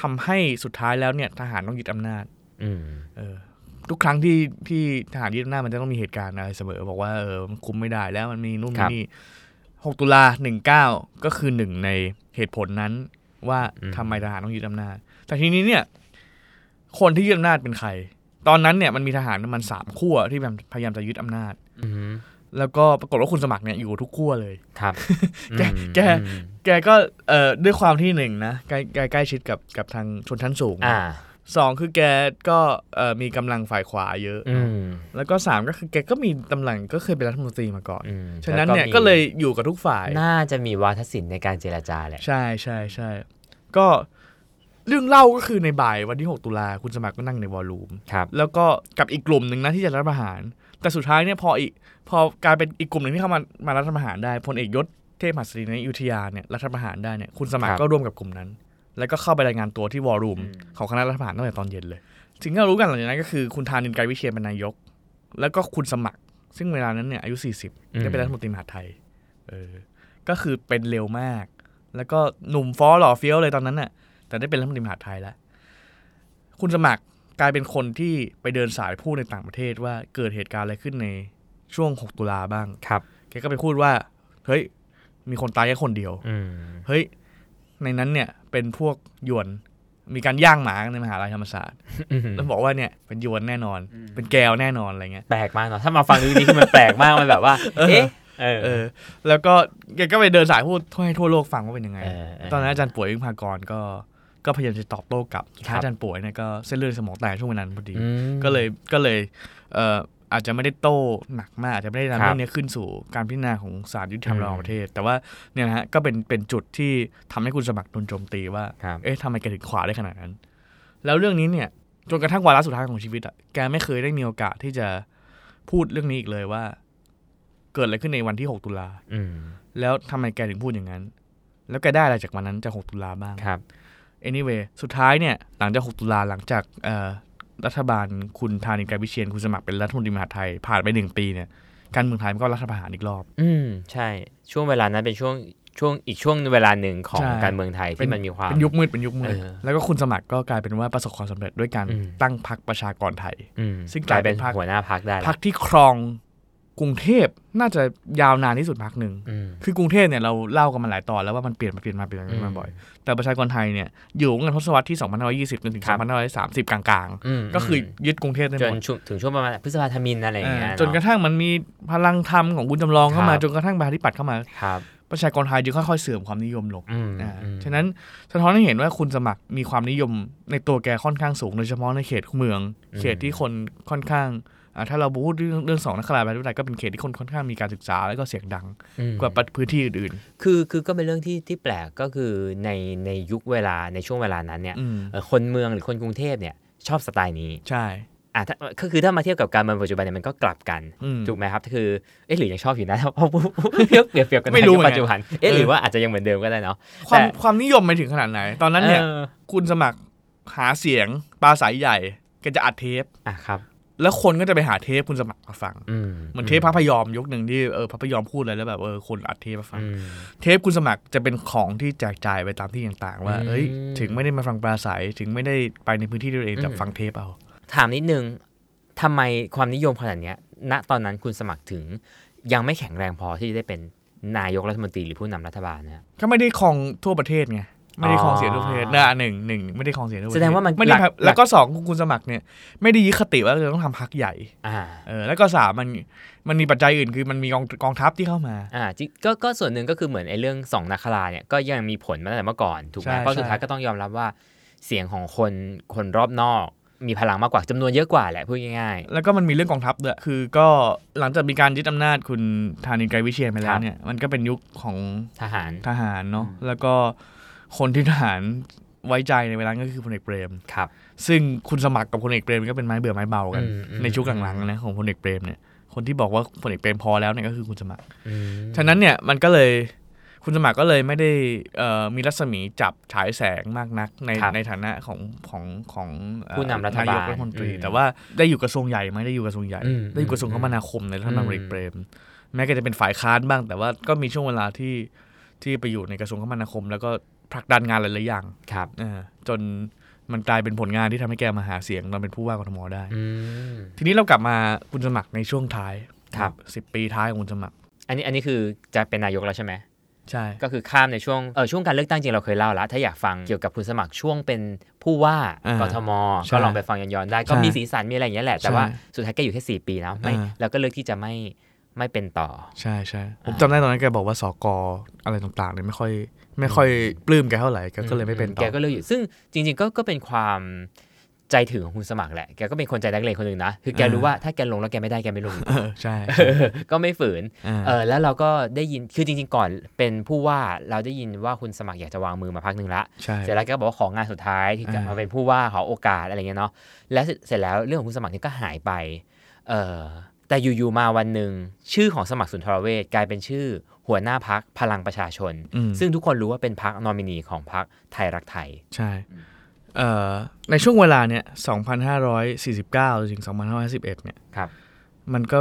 S2: ทำให้สุดท้ายแล้วเนี่ยทหารต้องยึดอำนาจ
S3: อืม
S2: เออทุกครั้งที่ที่ทหารยึดอำนาจมันจะต้องมีเหตุการณ์อะไรเสมอ บอกว่าเออมันคุมไม่ได้แล้วมันมีนู่นมี
S3: ครับ
S2: นี่6ตุลา19 ก็คือหนึ่งในเหตุผลนั้น ว่า
S3: อืม
S2: ทำไมทหารต้องยึดอำนาจ แต่ทีนี้เนี่ยคนที่ยึดอำนาจเป็นใคร ตอนนั้นเนี่ยมันมีทหารประมันสามขั้วที่พยายามจะยึดอำนาจ
S3: อืม
S2: แล้วก็ปรากฏว่าคุณสมัครเนี่ยอยู่ทุกขั้วเลย
S3: ครับ
S2: แก
S3: อืม
S2: แก
S3: อืม
S2: แกก็เอ่อด้วยความที่หนึ่งนะใกล้ใกล้ใกล้ชิดกับกับทางชนชั้นสูง
S3: อ่า
S2: สองคือแกก็เอ่อมีกำลังฝ่ายขวาเยอะ
S3: อืม
S2: แล้วก็ 3 ก็คือแกก็มีตำแหน่งก็เคยเป็นรัฐมนตรีมาก่อน
S3: อืม
S2: ฉะนั้นเนี่ย
S3: แวมี
S2: ก็เลยอยู่กับทุกฝ่าย
S3: น่าจะมีวาทศิลป์ในการเจรจาแหละ
S2: ใช่ใช่ใช่ก็เรื่องเล่าก็คือในบ่ายวันที่ 6 ตุลาคุณสมัครก็นั่งในวอลลุ่ม
S3: ครับ
S2: แล้วก็กับอีกกลุ่มหนึ่งนะที่จะรัฐประหาร แต่สุดท้ายเนี่ยพออีกพอกลายเป็นอีกกลุ่มหนึ่งที่เข้ามามารัฐประหารได้พลเอกยศเทพหัสดินในอยุธยาเนี่ยรัฐประหารได้เนี่ยคุณสมัคร
S3: ครับ
S2: ก็ร่วมกับกลุ่มนั้น แล้วก็เข้าไปรายงานตัวที่วอลลุ่ม
S3: อืม
S2: ของคณะรัฐประหารตั้งแต่ตอนเย็นเลยสิ่งที่เรารู้กันหลังจากนั้นก็คือคุณธานินทร์ไกรวิเชียรเป็นนายก แล้วก็คุณสมัคร ซึ่งเวลานั้นเนี่ยอายุ 40 ได้เป็นรัฐมนตรีมหาดไทย เออ ก็คือเป็นเร็วมาก แล้วก็หนุ่มฟ้อหล่อเฟี้ยวเลยตอนนั้นน่ะ แต่ได้เป็นรัฐมนตรีมหาดไทยแล้ว คุณสมัครกลายเป็นคนที่ไปเดินสายพูดในต่างประเทศว่าเกิดเหตุการณ์อะไรขึ้นในช่วง 6 ตุลาบ้าง
S3: ครับ
S2: แกก็ไปพูดว่า เฮ้ย มีคนตายแค่คนเดียว
S3: อืม
S2: เฮ้ย ในนั้นเนี่ยเป็นพวกหยวน มีการย่างหมาในมหาลัยธรรมศาสตร์ แล้วบอกว่าเนี่ยเป็นหยวนแน่นอน เป็นแกวแน่นอนอะไรเงี้ย
S3: แปลกมากเนาะถ้ามาฟังเรื่องนี้คือมันแปลกมากมันแบบว่า เอ๊ะเออ
S2: [laughs] เออแล้วก็แกก็ไปเดินสายพูดให้ทั่วโลกฟังว่าเป็นยังไง
S3: เออเออ
S2: ตอนนั้นอาจารย์ป่วยวิพากรก็ก็พยายามจะตอบโต้กลับสุดท้าย
S3: ครับ
S2: อาจารย์ป่วยเนี่ยก็เส้นเลือดในสมองแตกช่วงเวลานั้นพอดี
S3: อืม
S2: ก็เลยก็เลยเอ่ออาจจะไม่ได้โต้หนักมากอาจจะไม่ได้นำ
S3: ครับ
S2: เรื่องนี้ขึ้นสู่การพิจารณาของศาลยุติธรรม
S3: อืม
S2: ระหว่างประเทศ แต่ว่าเนี่ยนะฮะก็เป็นเป็นจุดที่ทำให้คุณสมัครโดนโจมตีว่า
S3: ครับ
S2: เอ๊ะทำไมแกถึงขวาได้ขนาดนั้น แล้วเรื่องนี้เนี่ยจนกระทั่งวาระสุดท้ายของชีวิตอะแกไม่เคยได้มีโอกาสที่จะพูดเรื่องนี้อีกเลยว่า เกิดอะไรขึ้นในวันที่ 6 ตุลา
S3: อืม
S2: แล้วทำไมแกถึงพูดอย่างนั้น แล้วแกได้อะไรจากวันนั้นจาก 6 ตุลาบ้าง
S3: ครับ
S2: anyway สุดท้ายเนี่ย หลังจาก 6 ตุลาหลังจากเอ่อรัฐบาลคุณธานินทร์ไกรวิเชียนคุณสมัครเป็นรัฐมนตรีมหาดไทย ผ่านไปหนึ่งปีเนี่ย การเมืองไทยมันก็รัฐประหารอีกรอบ
S3: อืมใช่ ช่วงเวลานั้นเป็นช่วงช่วงอีกช่วงเวลาหนึ่งของ
S2: ใช่
S3: การเมืองไทยที่มันมีความ
S2: เป็นยุคมืดเป็นยุคมืด
S3: เออ
S2: แล้วก็คุณสมัครก็กลายเป็นว่าประสบความสำเร็จด้วยการ
S3: อืม
S2: ตั้งพรรคประชากรไทย
S3: อืม
S2: ซึ่ง
S3: กลายเป็น
S2: กลายเป็นพรรค
S3: หัวหน้าพักได้ละ
S2: พรรคที่ครอง กรุงเทพน่าจะยาวนานที่สุดพักหนึ่ง
S3: อืม
S2: คือกรุงเทพเนี่ยเราเล่ากันมาหลายตอนแล้วว่ามันเปลี่ยนมาเปลี่ยนมาเปลี่ยนมาเปลี่ยนมาบ่อย แต่ประชากรไทยเนี่ยอยู่กันทศวรรษที่ 2520จนถึง
S3: ครับ
S2: 2530 กลาง
S3: ม
S2: ๆ ก็คือยึดกรุงเทพได้
S3: จ
S2: หม
S3: น
S2: ด
S3: ช่วงถึงช่วงประมาณพฤษภาธมินอะไรอย่าง
S2: เอ
S3: เงี้ย
S2: อ
S3: เอะ
S2: จนกระทั่งมันมีพลังธรรมของคุณจำลองเข้ามา
S3: ครับ
S2: จนกระทั่งประชาธิปัตย์เข้ามา
S3: ครับ
S2: ประชากรไทยจึงค่อยๆเสื่อมความนิยมลง
S3: อืม
S2: อ่า
S3: อืม
S2: ฉะนั้นสะท้อนให้เห็นว่าคุณสมัครมีความนิยมในตัวแกค่อนข้างสูง โดยเฉพาะในเขตเมือง เขตที่คนค่อนข้างอ่าถ้าเราพูดเรื่องเรื่องสองนักขลาดประชาธิปไตยก็เป็นเขตที่คนค่อนข้างมีการศึกษาแล้วก็เสียงดัง
S3: อืม
S2: กว่าพื้นที่อื่น
S3: คือคือก็เป็นเรื่องที่ที่แปลกก็คือในในยุคเวลาในช่วงเวลานั้นเนี่ย
S2: ๆอืม
S3: เอ่อคนเมืองหรือคนกรุงเทพเนี่ยชอบสไตล์นี้
S2: ใช่
S3: อ่ะถ้าก็คือถ้ามาเทียบกับการเมืองปัจจุบันเนี่ยมันก็กลับกัน
S2: อืม
S3: ถูกไหมครับคือเอ๊ะหรือยังชอบอยู่นะเพราะเทียบเปรียบเทียบกัน
S2: ไม่รู้
S3: ในยุ
S2: เหมื
S3: ค
S2: อนกัน
S3: ปัจจุบันเอ๊ะหรือว่าอาจจะยังเหมือนเดิมก็ได้เนาะ
S2: ความ
S3: แต่
S2: ความนิยมไปถึงขนาดไหน ตอนนั้นเนี่ย
S3: ออ
S2: คุณสมัครหาเสียงปลาสายใหญ่แกจะอัดเทป
S3: อ่ะครับ
S2: แล้วคนก็จะไปหาเทปคุณสมัครมาฟัง
S3: อืม
S2: เหมือนเทปพระพยอมยุคหนึ่งที่เออพระพยอมพูดอะไรแล้วแบบเออคนอัดเทปมาฟัง
S3: อืม
S2: เทปคุณสมัครจะเป็นของที่แจกจ่ายไปตามที่ต่างๆ ว่า
S3: อืม
S2: เอ้ย ถึงไม่ได้มาฟังปราศัยถึงไม่ได้ไปในพื้นที่ด้วยตัวเอง
S3: อืม
S2: แต่ฟังเทปเอา
S3: ถามนิดนึงทำไมความนิยมขนาดเนี้ยณตอนนั้นคุณสมัครถึงยังไม่แข็งแรงพอที่จะได้เป็นนายกรัฐมนตรีหรือผู้นำรัฐบาลนะฮะ
S2: ก็ไม่ได้ครองทั่วประเทศไงไม่ได้ครอง
S3: อ๋อ
S2: เสียงทั่วประเทศนะหนึ่งหนึ่งไม่ได้ครองเสียงทั่วประเทศ
S3: แสดงว่ามัน
S2: ไม่ได้
S3: หลัก
S2: แล้วก็สองคุณสมัครเนี่ยไม่ได้ยึดคติว่าเราต้องทำพักใหญ่
S3: อ่า
S2: เออแล้วก็สามมันมันมีปัจจัยอื่นคือมันมีกองกองทัพที่เข้ามา
S3: อ่าจิก็ก็ส่วนหนึ่งก็คือเหมือนไอ้เรื่องสองนาคราเนี่ยก็ยังมีผลมาตั้งแต่เมื่อก่อนถูกไหม
S2: ใช่
S3: เพราะสุดท้าย
S2: ใช่
S3: ก็ต้องยอมรับว่าเสียงของคนคนรอบนอก มีพลังมากกว่าจำนวนเยอะกว่าแหละพูดง่าย
S2: แล้วก็มันมีเรื่องกองทัพด้วยคือก็หลังจากมีการยึดอำนาจคุณธานินไกรวิเชียนไปแล้
S3: ครั
S2: ว
S3: บ
S2: เนี่ยมันก็เป็นยุคของ
S3: ๆ ทหาร
S2: ทหารเนาะ
S3: อืม
S2: แล้วก็คนที่ทหารไว้ใจในเวลานั้นก็คือพลเอกเปรม
S3: ครับ
S2: ซึ่งคุณสมัครกับพลเอกเปรมก็เป็นไม้เบื่อไม้เบากัน
S3: อืมอืม
S2: ในช่วงหลังๆนะของพลเอกเปรมเนี่ยคนที่บอกว่าพลเอกเปรมพอแล้วเนี่ยก็คือคุณสมัคร
S3: อืม
S2: ฉะนั้นเนี่ยมันก็เลยคุณสมัครก็เลยไม่ได้เอ่อมีรัศมีจับฉายแสงมากนักในในฐานะของของของเอ่อ
S3: ผู้นำรัฐบา
S2: นา
S3: ล
S2: ยกรัฐมนตรี
S3: อืม
S2: แต่ว่าได้อยู่กระทรวงใหญ่ไหมได้อยู่กระทรวงใหญ่
S3: อืม
S2: ได้อยู่กระทรวงคมนาคมในรัฐบาล
S3: อืม
S2: พลเอกเปรม แม้แกจะเป็นฝ่ายค้านบ้าง แต่ว่าก็มีช่วงเวลาที่ที่ไปอยู่ในกระทรวงคมนาคม แล้วก็ผลักดันงานหลายๆอย่าง
S3: ครับ
S2: เออจนมันกลายเป็นผลงานที่ทำให้แกมาหาเสียงตอนเป็นผู้ว่ากทมได้
S3: อืม
S2: ทีนี้เรากลับมาคุณสมัครในช่วงท้าย
S3: ครับ
S2: สิบปีท้ายของคุณสมัคร
S3: อันนี้อันนี้คือจะเป็นนายกแล้วใช่ไหม
S2: ใช่
S3: ก็คือข้ามในช่วงเออช่วงการเลือกตั้งจริงเราเคยเล่าละถ้าอยากฟังเกี่ยวกับคุณสมัครช่วงเป็นผู้ว่า
S2: อ่าก
S3: ทม
S2: ใช่
S3: ก็ลองไปฟังย้อนๆได้ก็
S2: ใช่
S3: มีสีสันมีอะไรอย่างเงี้ยแหละแต่ว่า
S2: ใช่
S3: สุดท้ายแกอยู่แค่สี่ปีนะไม่
S2: อ่า
S3: แล้วก็เลือกที่จะไม่ไม่เป็นต่อ
S2: ใช่ใช่ผม
S3: อ่า
S2: จำได้ตอนนั้นแกบอกว่าสกอะไรต่างๆเนี่ยไม่ค่อยไม่ค่อยปลื้มแกเท่าไหร่แกก็เลยไม่เป็นต่
S3: แก
S2: อ
S3: ก็เลยอยู่ซึ่งจริงๆก็ก็เป็นความใจถึงของคุณสมัครแหละ แกก็เป็นคนใจนักเลงคนหนึ่งนะ คือแก
S2: อ่า
S3: รู้ว่าถ้าแกลงแล้วแกไม่ได้แก
S2: [laughs]
S3: ไม่ลง
S2: เออ
S3: [laughs]
S2: ใช่
S3: ก็ไม่ฝืน
S2: อ่า
S3: เออแล้วเราก็ได้ยิน คือจริงๆ ก่อนเป็นผู้ว่าเราได้ยินว่าคุณสมัครอยากจะวางมือมาพักหนึ่งละ
S2: ใช่
S3: เสร็จแล้วแกก็บอกว่าของานสุดท้ายที่จะ
S2: อ่าม
S3: มาเป็นผู้ว่าขอโอกาสอะไรเงี้ยเนาะ แล้วเสร็จเสร็จแล้วเรื่องของคุณสมัครเนี่ยก็หายไป เออแต่อยู่ๆ มาวันหนึ่งชื่อของสมัครสุนทรเวชกลายเป็นชื่อ หัวหน้าพักพลังประชาชน
S2: อืม
S3: ซึ่งทุกคนรู้ว่าเป็นพักนอมินีของพักไทยรักไทย
S2: ใช่เอ่อในช่วงเวลาเนี่ย2,549 ถึง 2,551เนี่ย
S3: ครับ
S2: มันก็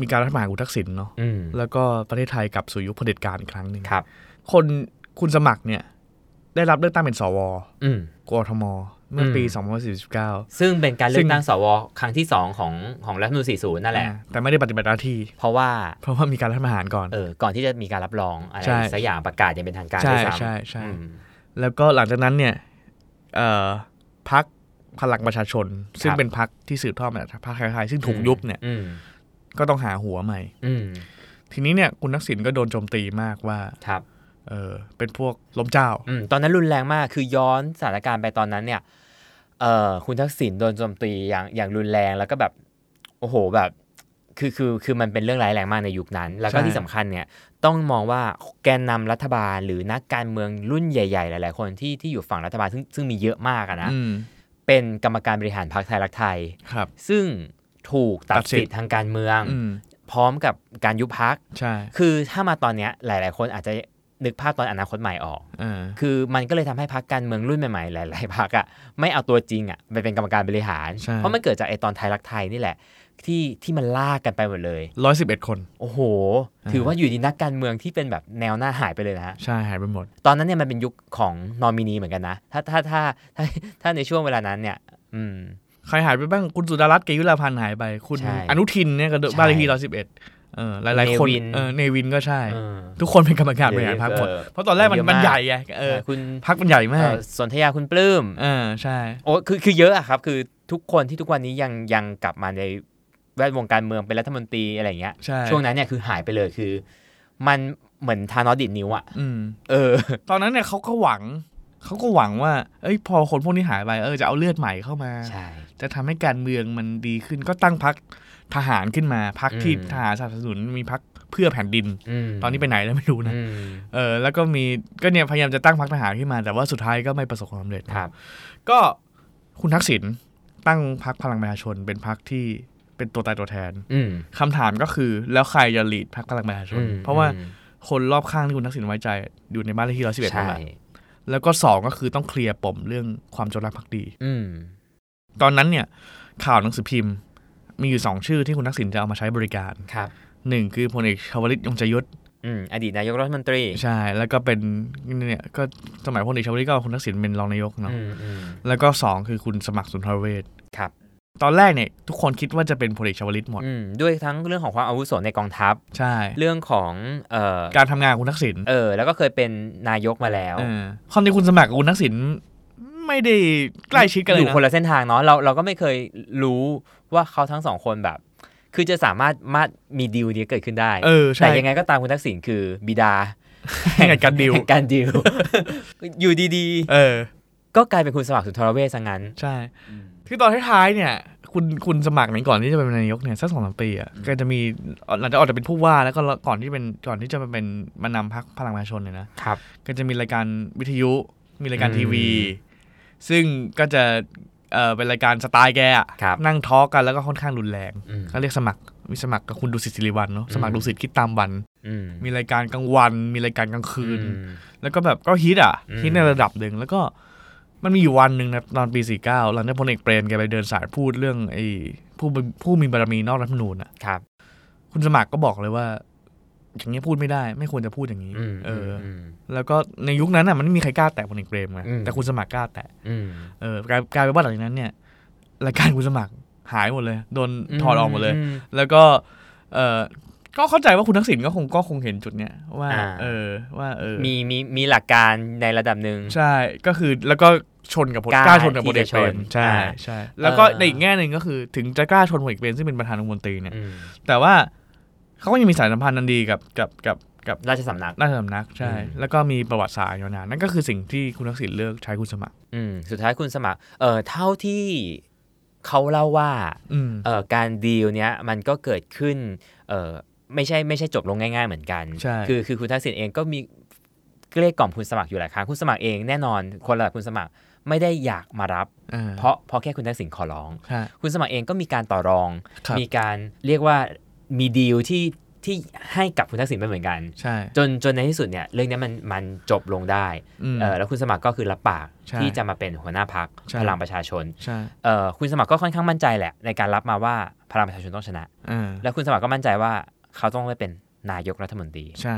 S2: มีการรัฐประหารของทักษิณเนาะ
S3: อืม
S2: แล้วก็ประเทศไทยกลับสู่ยุคเผด็จการอีกครั้งหนึ่ง
S3: ครับ
S2: คนคุณสมัครเนี่ยได้รับเลือกตั้งเป็นสว
S3: อืม
S2: กทมเมื่อปี
S3: อืม
S2: 2549
S3: ซึ่งเป็นการเลื
S2: ซึ่
S3: อก
S2: ง
S3: ตั้งสวครั้งที่ 2 ของของรัฐธรรมนูญ40 นั่นแหละ
S2: อ่าแต่ไม่ได้ปฏิบัติหน้าที่
S3: เพราะว่า
S2: เพราะว่ามีการรัฐประหารก่อน
S3: เออ ก่อนที่จะมีการรับรองอะไร
S2: ใช่
S3: สักอย่างประกาศอยังเป็นทางการ
S2: ใช่
S3: ด้วยซ้ำ
S2: ใช่ใช่
S3: อืม
S2: แล้วก็หลังจากนั้นเนี่ยเอ่อพักพลังประชาชน ซึ่ง
S3: ครับ
S2: เป็นพักที่สืบทอดมาจากพรรคไทยๆซึ่งถูกยุบเนี่ย
S3: อืม
S2: ก็ต้องหาหัวใหม่
S3: อืม
S2: ทีนี้เนี่ยคุณทักษิณก็โดนโจมตีมากว่า
S3: ครับ
S2: เออเป็นพวกล้มเจ้า
S3: อืมตอนนั้นรุนแรงมาก คือย้อนสถานการณ์ไปตอนนั้นเนี่ย เอ่อ คุณทักษิณโดนโจมตีอย่างอย่างรุนแรง แล้วก็แบบ โอ้โห แบบ คือคือคือมันเป็นเรื่องร้ายแรงมากในยุคนั้น แล้วก็
S2: ใช่
S3: ที่สำคัญเนี่ย ต้องมองว่าแกนนำรัฐบาลหรือนักการเมืองรุ่นใหญ่ ๆ หลาย ๆ คนที่ที่อยู่ฝั่งรัฐบาลซึ่งซึ่งมีเยอะมากอะนะ
S2: อืม
S3: เป็นกรรมการบริหารพรรคไทยรักไทย
S2: ครับ
S3: ซึ่งถูกตั
S2: ตั
S3: ด
S2: ดสิทธิ์
S3: สิทธิ์ทางการเมือง
S2: อืม
S3: พร้อมกับการยุบพัก
S2: ใช่
S3: คือถ้ามาตอนเนี้ยหลาย ๆ คนอาจจะนึกภาพตอนอนาคตใหม่ออก
S2: อ่า
S3: คือมันก็เลยทำให้พักการเมืองรุ่นใหม่ ๆ หลาย ๆพักอะไม่เอาตัวจริงอะไปเป็นกรรมการบริหาร เพราะมันเกิดจากไอตอนไทยรักไทยนี่แหละ ที่ที่มันลากกันไปหมดเลย
S2: ร้อยสิบเอ็ดคน
S3: โอ้โห
S2: อ่า
S3: ถือว่าอยู่ดีนักการเมืองที่เป็นแบบแนวหน้าหายไปเลยนะฮะ
S2: ใช่หายไปหมด
S3: ตอนนั้นเนี่ยมันเป็นยุคของนอมินีเหมือนกันนะ ถ้าถ้าถ้าถ้าถ้าในช่วงเวลานั้นเนี่ย อืม
S2: ใครหายไปบ้างคุณสุดารัตน์เกยุราพันธ์หายไป คุณ
S3: ใช่
S2: อนุทินเนี่ยก็โดน
S3: ใช่
S2: บ้านเลขที่ร้อยสิบเอ็ด เออหลาย ๆ คน
S3: เนวิน
S2: เออเนวินก็ใช่
S3: เออ
S2: ทุกคนเป็นกรรมการบริหารพรรคหมด
S3: เออ
S2: เพราะตอนแรกมัน
S3: เยอะมาก
S2: มันใหญ่ไงเออ
S3: คุณ
S2: พรรคมันใหญ่มา
S3: เอ่
S2: ก
S3: อสนธยาคุณปลื้ม
S2: เออใช่
S3: โอ้คือคือเยอะอะครับ คือทุกคนที่ทุกวันนี้ยังยังกลับมาในแวดวงการเมืองเป็นรัฐมนตรีอะไรอย่างเงี้ย
S2: ใช่
S3: ช่วงนั้นเนี่ยคือหายไปเลยคือ มันเหมือนทานอสดิดนิ้วอะ
S2: อืม
S3: เออ
S2: ตอนนั้นเนี่ยเขาก็หวัง เขาก็หวังว่า เอ้ย พอคนพวกนี้หายไปเออจะเอาเลือดใหม่เข้ามา
S3: ใช่
S2: จะทำให้การเมืองมันดีขึ้นก็ตั้งพักทหารขึ้นมาพักที่
S3: อืม
S2: ทหารสนับสนุนมีพักเพื่อแผ่นดิน
S3: ม
S2: ตอนนี้ไปไหนแล้วไม่รู้นะ
S3: อืม
S2: เออแล้วก็มีก็เนี่ยพยายามจะตั้งพักทหารขึ้นมา แต่ว่าสุดท้ายก็ไม่ประสบความสำเร็จ
S3: ครับ
S2: ก็คุณทักษิณตั้งพักพลังประชาชนเป็นพักที่เป็นตัวตายตัวแทน
S3: อืม
S2: คำถามก็คือแล้วใครจะลีดพักพลังประชาชน
S3: อืม
S2: เพราะว่าคนรอบข้างที่คุณทักษิณไว้ใจอยู่ในบ้านเลขที่ร้อยสิบเอ็ดนั่น
S3: ใช่
S2: แหละแล้วก็สองก็คือต้องเคลียร์ปมเรื่องความจงรักภักดี
S3: อืม
S2: ตอนนั้นเนี่ยข่าวหนังสือพิมพ์ มีอยู่สองชื่อที่คุณทักษิณจะเอามาใช้บริการ
S3: ครับ
S2: หนึ่งคือพลเอกชวลิตยงใจยุทธ
S3: อืมอดีตนายกรัฐมนตรี
S2: ใช่ แล้วก็เป็นเนี่ยก็สมัยพลเอกชวลิตก็เอาคุณทักษิณเป็นรองนายกเนาะ
S3: อืมอืม
S2: แล้วก็สองคือคุณสมัครสุนทรเวช
S3: ครับ
S2: ตอนแรกเนี่ยทุกคนคิดว่าจะเป็นพลเอกชวลิตหมด
S3: อืมด้วยทั้งเรื่องของความอาวุโสในกองทัพ
S2: ใช่
S3: เรื่องของเอ่อ
S2: การทำงานของคุณทักษิณ
S3: เออ แล้วก็เคยเป็นนายกมาแล้ว
S2: เออความที่คุณสมัครกับคุณทักษิณไม่ได้ใกล้ชิดกันเลย
S3: อยู่คน
S2: นะ
S3: ละเส้นทางเนาะเราเราก็ไม่เคยรู้ว่าเขาทั้งสองคนแบบ คือจะสามารถมามีดีลนี้เกิดขึ้นได้
S2: เออ
S3: แต่
S2: ใช่
S3: ยังไงก็ตามคุณทักษิณคือบิ
S2: [laughs]
S3: ดา
S2: ยังไงกันดิว
S3: แห่งการดีล
S2: [laughs]
S3: อยู่ดี
S2: เออ
S3: ๆ ก็กลายเป็นคุณสมัครสุนทรเวชซะงั้น
S2: ใช่ คือตอนท้ายๆเนี่ย คุณคุณสมัครเนี่ยก่อนที่จะเป็นนายกเนี่ยสักสองสามปีอ่ะก็จะมีหลังจากออกจากเป็นผู้ว่าแล้วก็ก่อนที่เป็นก่อนที่จะมาเป็นมานำพักพลังประชาชนเนี่ยนะครับ ก็จะมีรายการวิทยุ มีรายการ
S3: อืม
S2: ทีวี ซึ่งก็จะเออเป็นรายการสไตล์แกอะ
S3: ครับ
S2: นั่งทอล์กกันแล้วก็ค่อนข้างรุนแรง
S3: อืม
S2: ก็เรียกสมัครมีสมัครกับคุณดุสิตศิริวัลเนาะ
S3: อืม
S2: สมัครดุสิตคิดตามวัน
S3: อืม
S2: มีรายการกลางวัน มีรายการกลางคืน
S3: อืม
S2: แล้วก็แบบก็ฮิตอ่ะ
S3: อืม
S2: ฮิตในระดับหนึ่งแล้วก็มันมีอยู่วันหนึ่งนะตอนปี 49 หลังจากพลเอกเปรมแกไปเดินสายพูดเรื่องไอ้ผู้มีผู้มีบารมีนอกรัฐธรรมนูญอ่ะ
S3: ครับ
S2: คุณสมัครก็บอกเลยว่า อย่างนี้ยพูดไม่ได้ไม่ควรจะพูดอย่างนี้
S3: อืม
S2: เอออ
S3: อืม
S2: แล้วก็ในยุคนั้นอ่ะมันไม่มีใครกล้าแตะพลเอกเปรมไง
S3: อืม
S2: แต่คุณสมัครกล้าแตะ
S3: อืม
S2: เออกลายกลายเป็นว่าหลังจากนั้นเนี่ยรายการคุณสมัครหายหมดเลยโดนถอดออกหมดเลย
S3: ม
S2: แล้วก็เออก็เข้าใจว่าคุณทักษิณก็คงก็คงเห็นจุดเนี้ยว่า
S3: อ่า
S2: เออว่าเออ
S3: มีมีมีหลักการในระดับหนึ่ง
S2: ใช่ ก็คือแล้วก็ชนกับพล
S3: กล้าก
S2: ล้าชนกับพลเอก
S3: ที่จะช
S2: เปร
S3: น
S2: มใช่
S3: อ่า
S2: ใช่ แล้วก็
S3: เออ
S2: ในอีกแง่หนึ่งก็คือถึงจะกล้าชนพลเอกเปรมซึ่งเป็นประธานองคมนตรีเนี่ย
S3: อืม
S2: แต่ว่าเขาก็ยังมีสายสัมพันธ์นันดีกับกับกับกับ
S3: ราชสำนัก
S2: ราชสำนักใช่
S3: อืม
S2: แล้วก็มีประวัติศาสตร์ยาวนานนั่นก็คือสิ่งที่คุณทักษิณเลือกใช้คุณสมัคร
S3: อืมสุดท้ายคุณสมัคร เออเท่าที่เขาเล่าว่า
S2: อืม
S3: เอ่อการดีลเนี้ยมันก็เกิดขึ้นเอ่อไม่ใช่ไม่ใช่จบลงง่าย ๆ เหมือนกัน
S2: ใช่
S3: คือคือคุณทักษิณเองก็มีเกลี้ยกล่อมคุณสมัครอยู่หลายครั้งคุณสมัครเองแน่นอนคนระดับคุณสมัครไม่ได้อยากมารับ
S2: อ่า
S3: เพราะเพราะแค่คุณทักษิณขอร้อง
S2: ใช่
S3: คุณสมัครเองก็มีการต่อรอง
S2: ครับ
S3: มีการเรียกว่ามีดีลที่ที่ให้กับคุณทักษิณไปเหมือนกัน
S2: ใช่
S3: จนจนในที่สุดเนี่ยเรื่องเนี้ยมันมันจบลงได้
S2: อืม
S3: เอ่อแล้วคุณสมัครก็คือรับปาก
S2: ใช่
S3: ที่จะมาเป็นหัวหน้าพัก
S2: ใช่
S3: พลังประชาชน
S2: ใช่
S3: เอ่อคุณสมัครก็ค่อนข้างมั่นใจแหละ ในการรับมาว่าพลังประชาชนต้องชนะ
S2: อ่า
S3: แล้วคุณสมัครก็มั่นใจว่าเขาต้องได้เป็นนายกรัฐมนตรี
S2: ใช่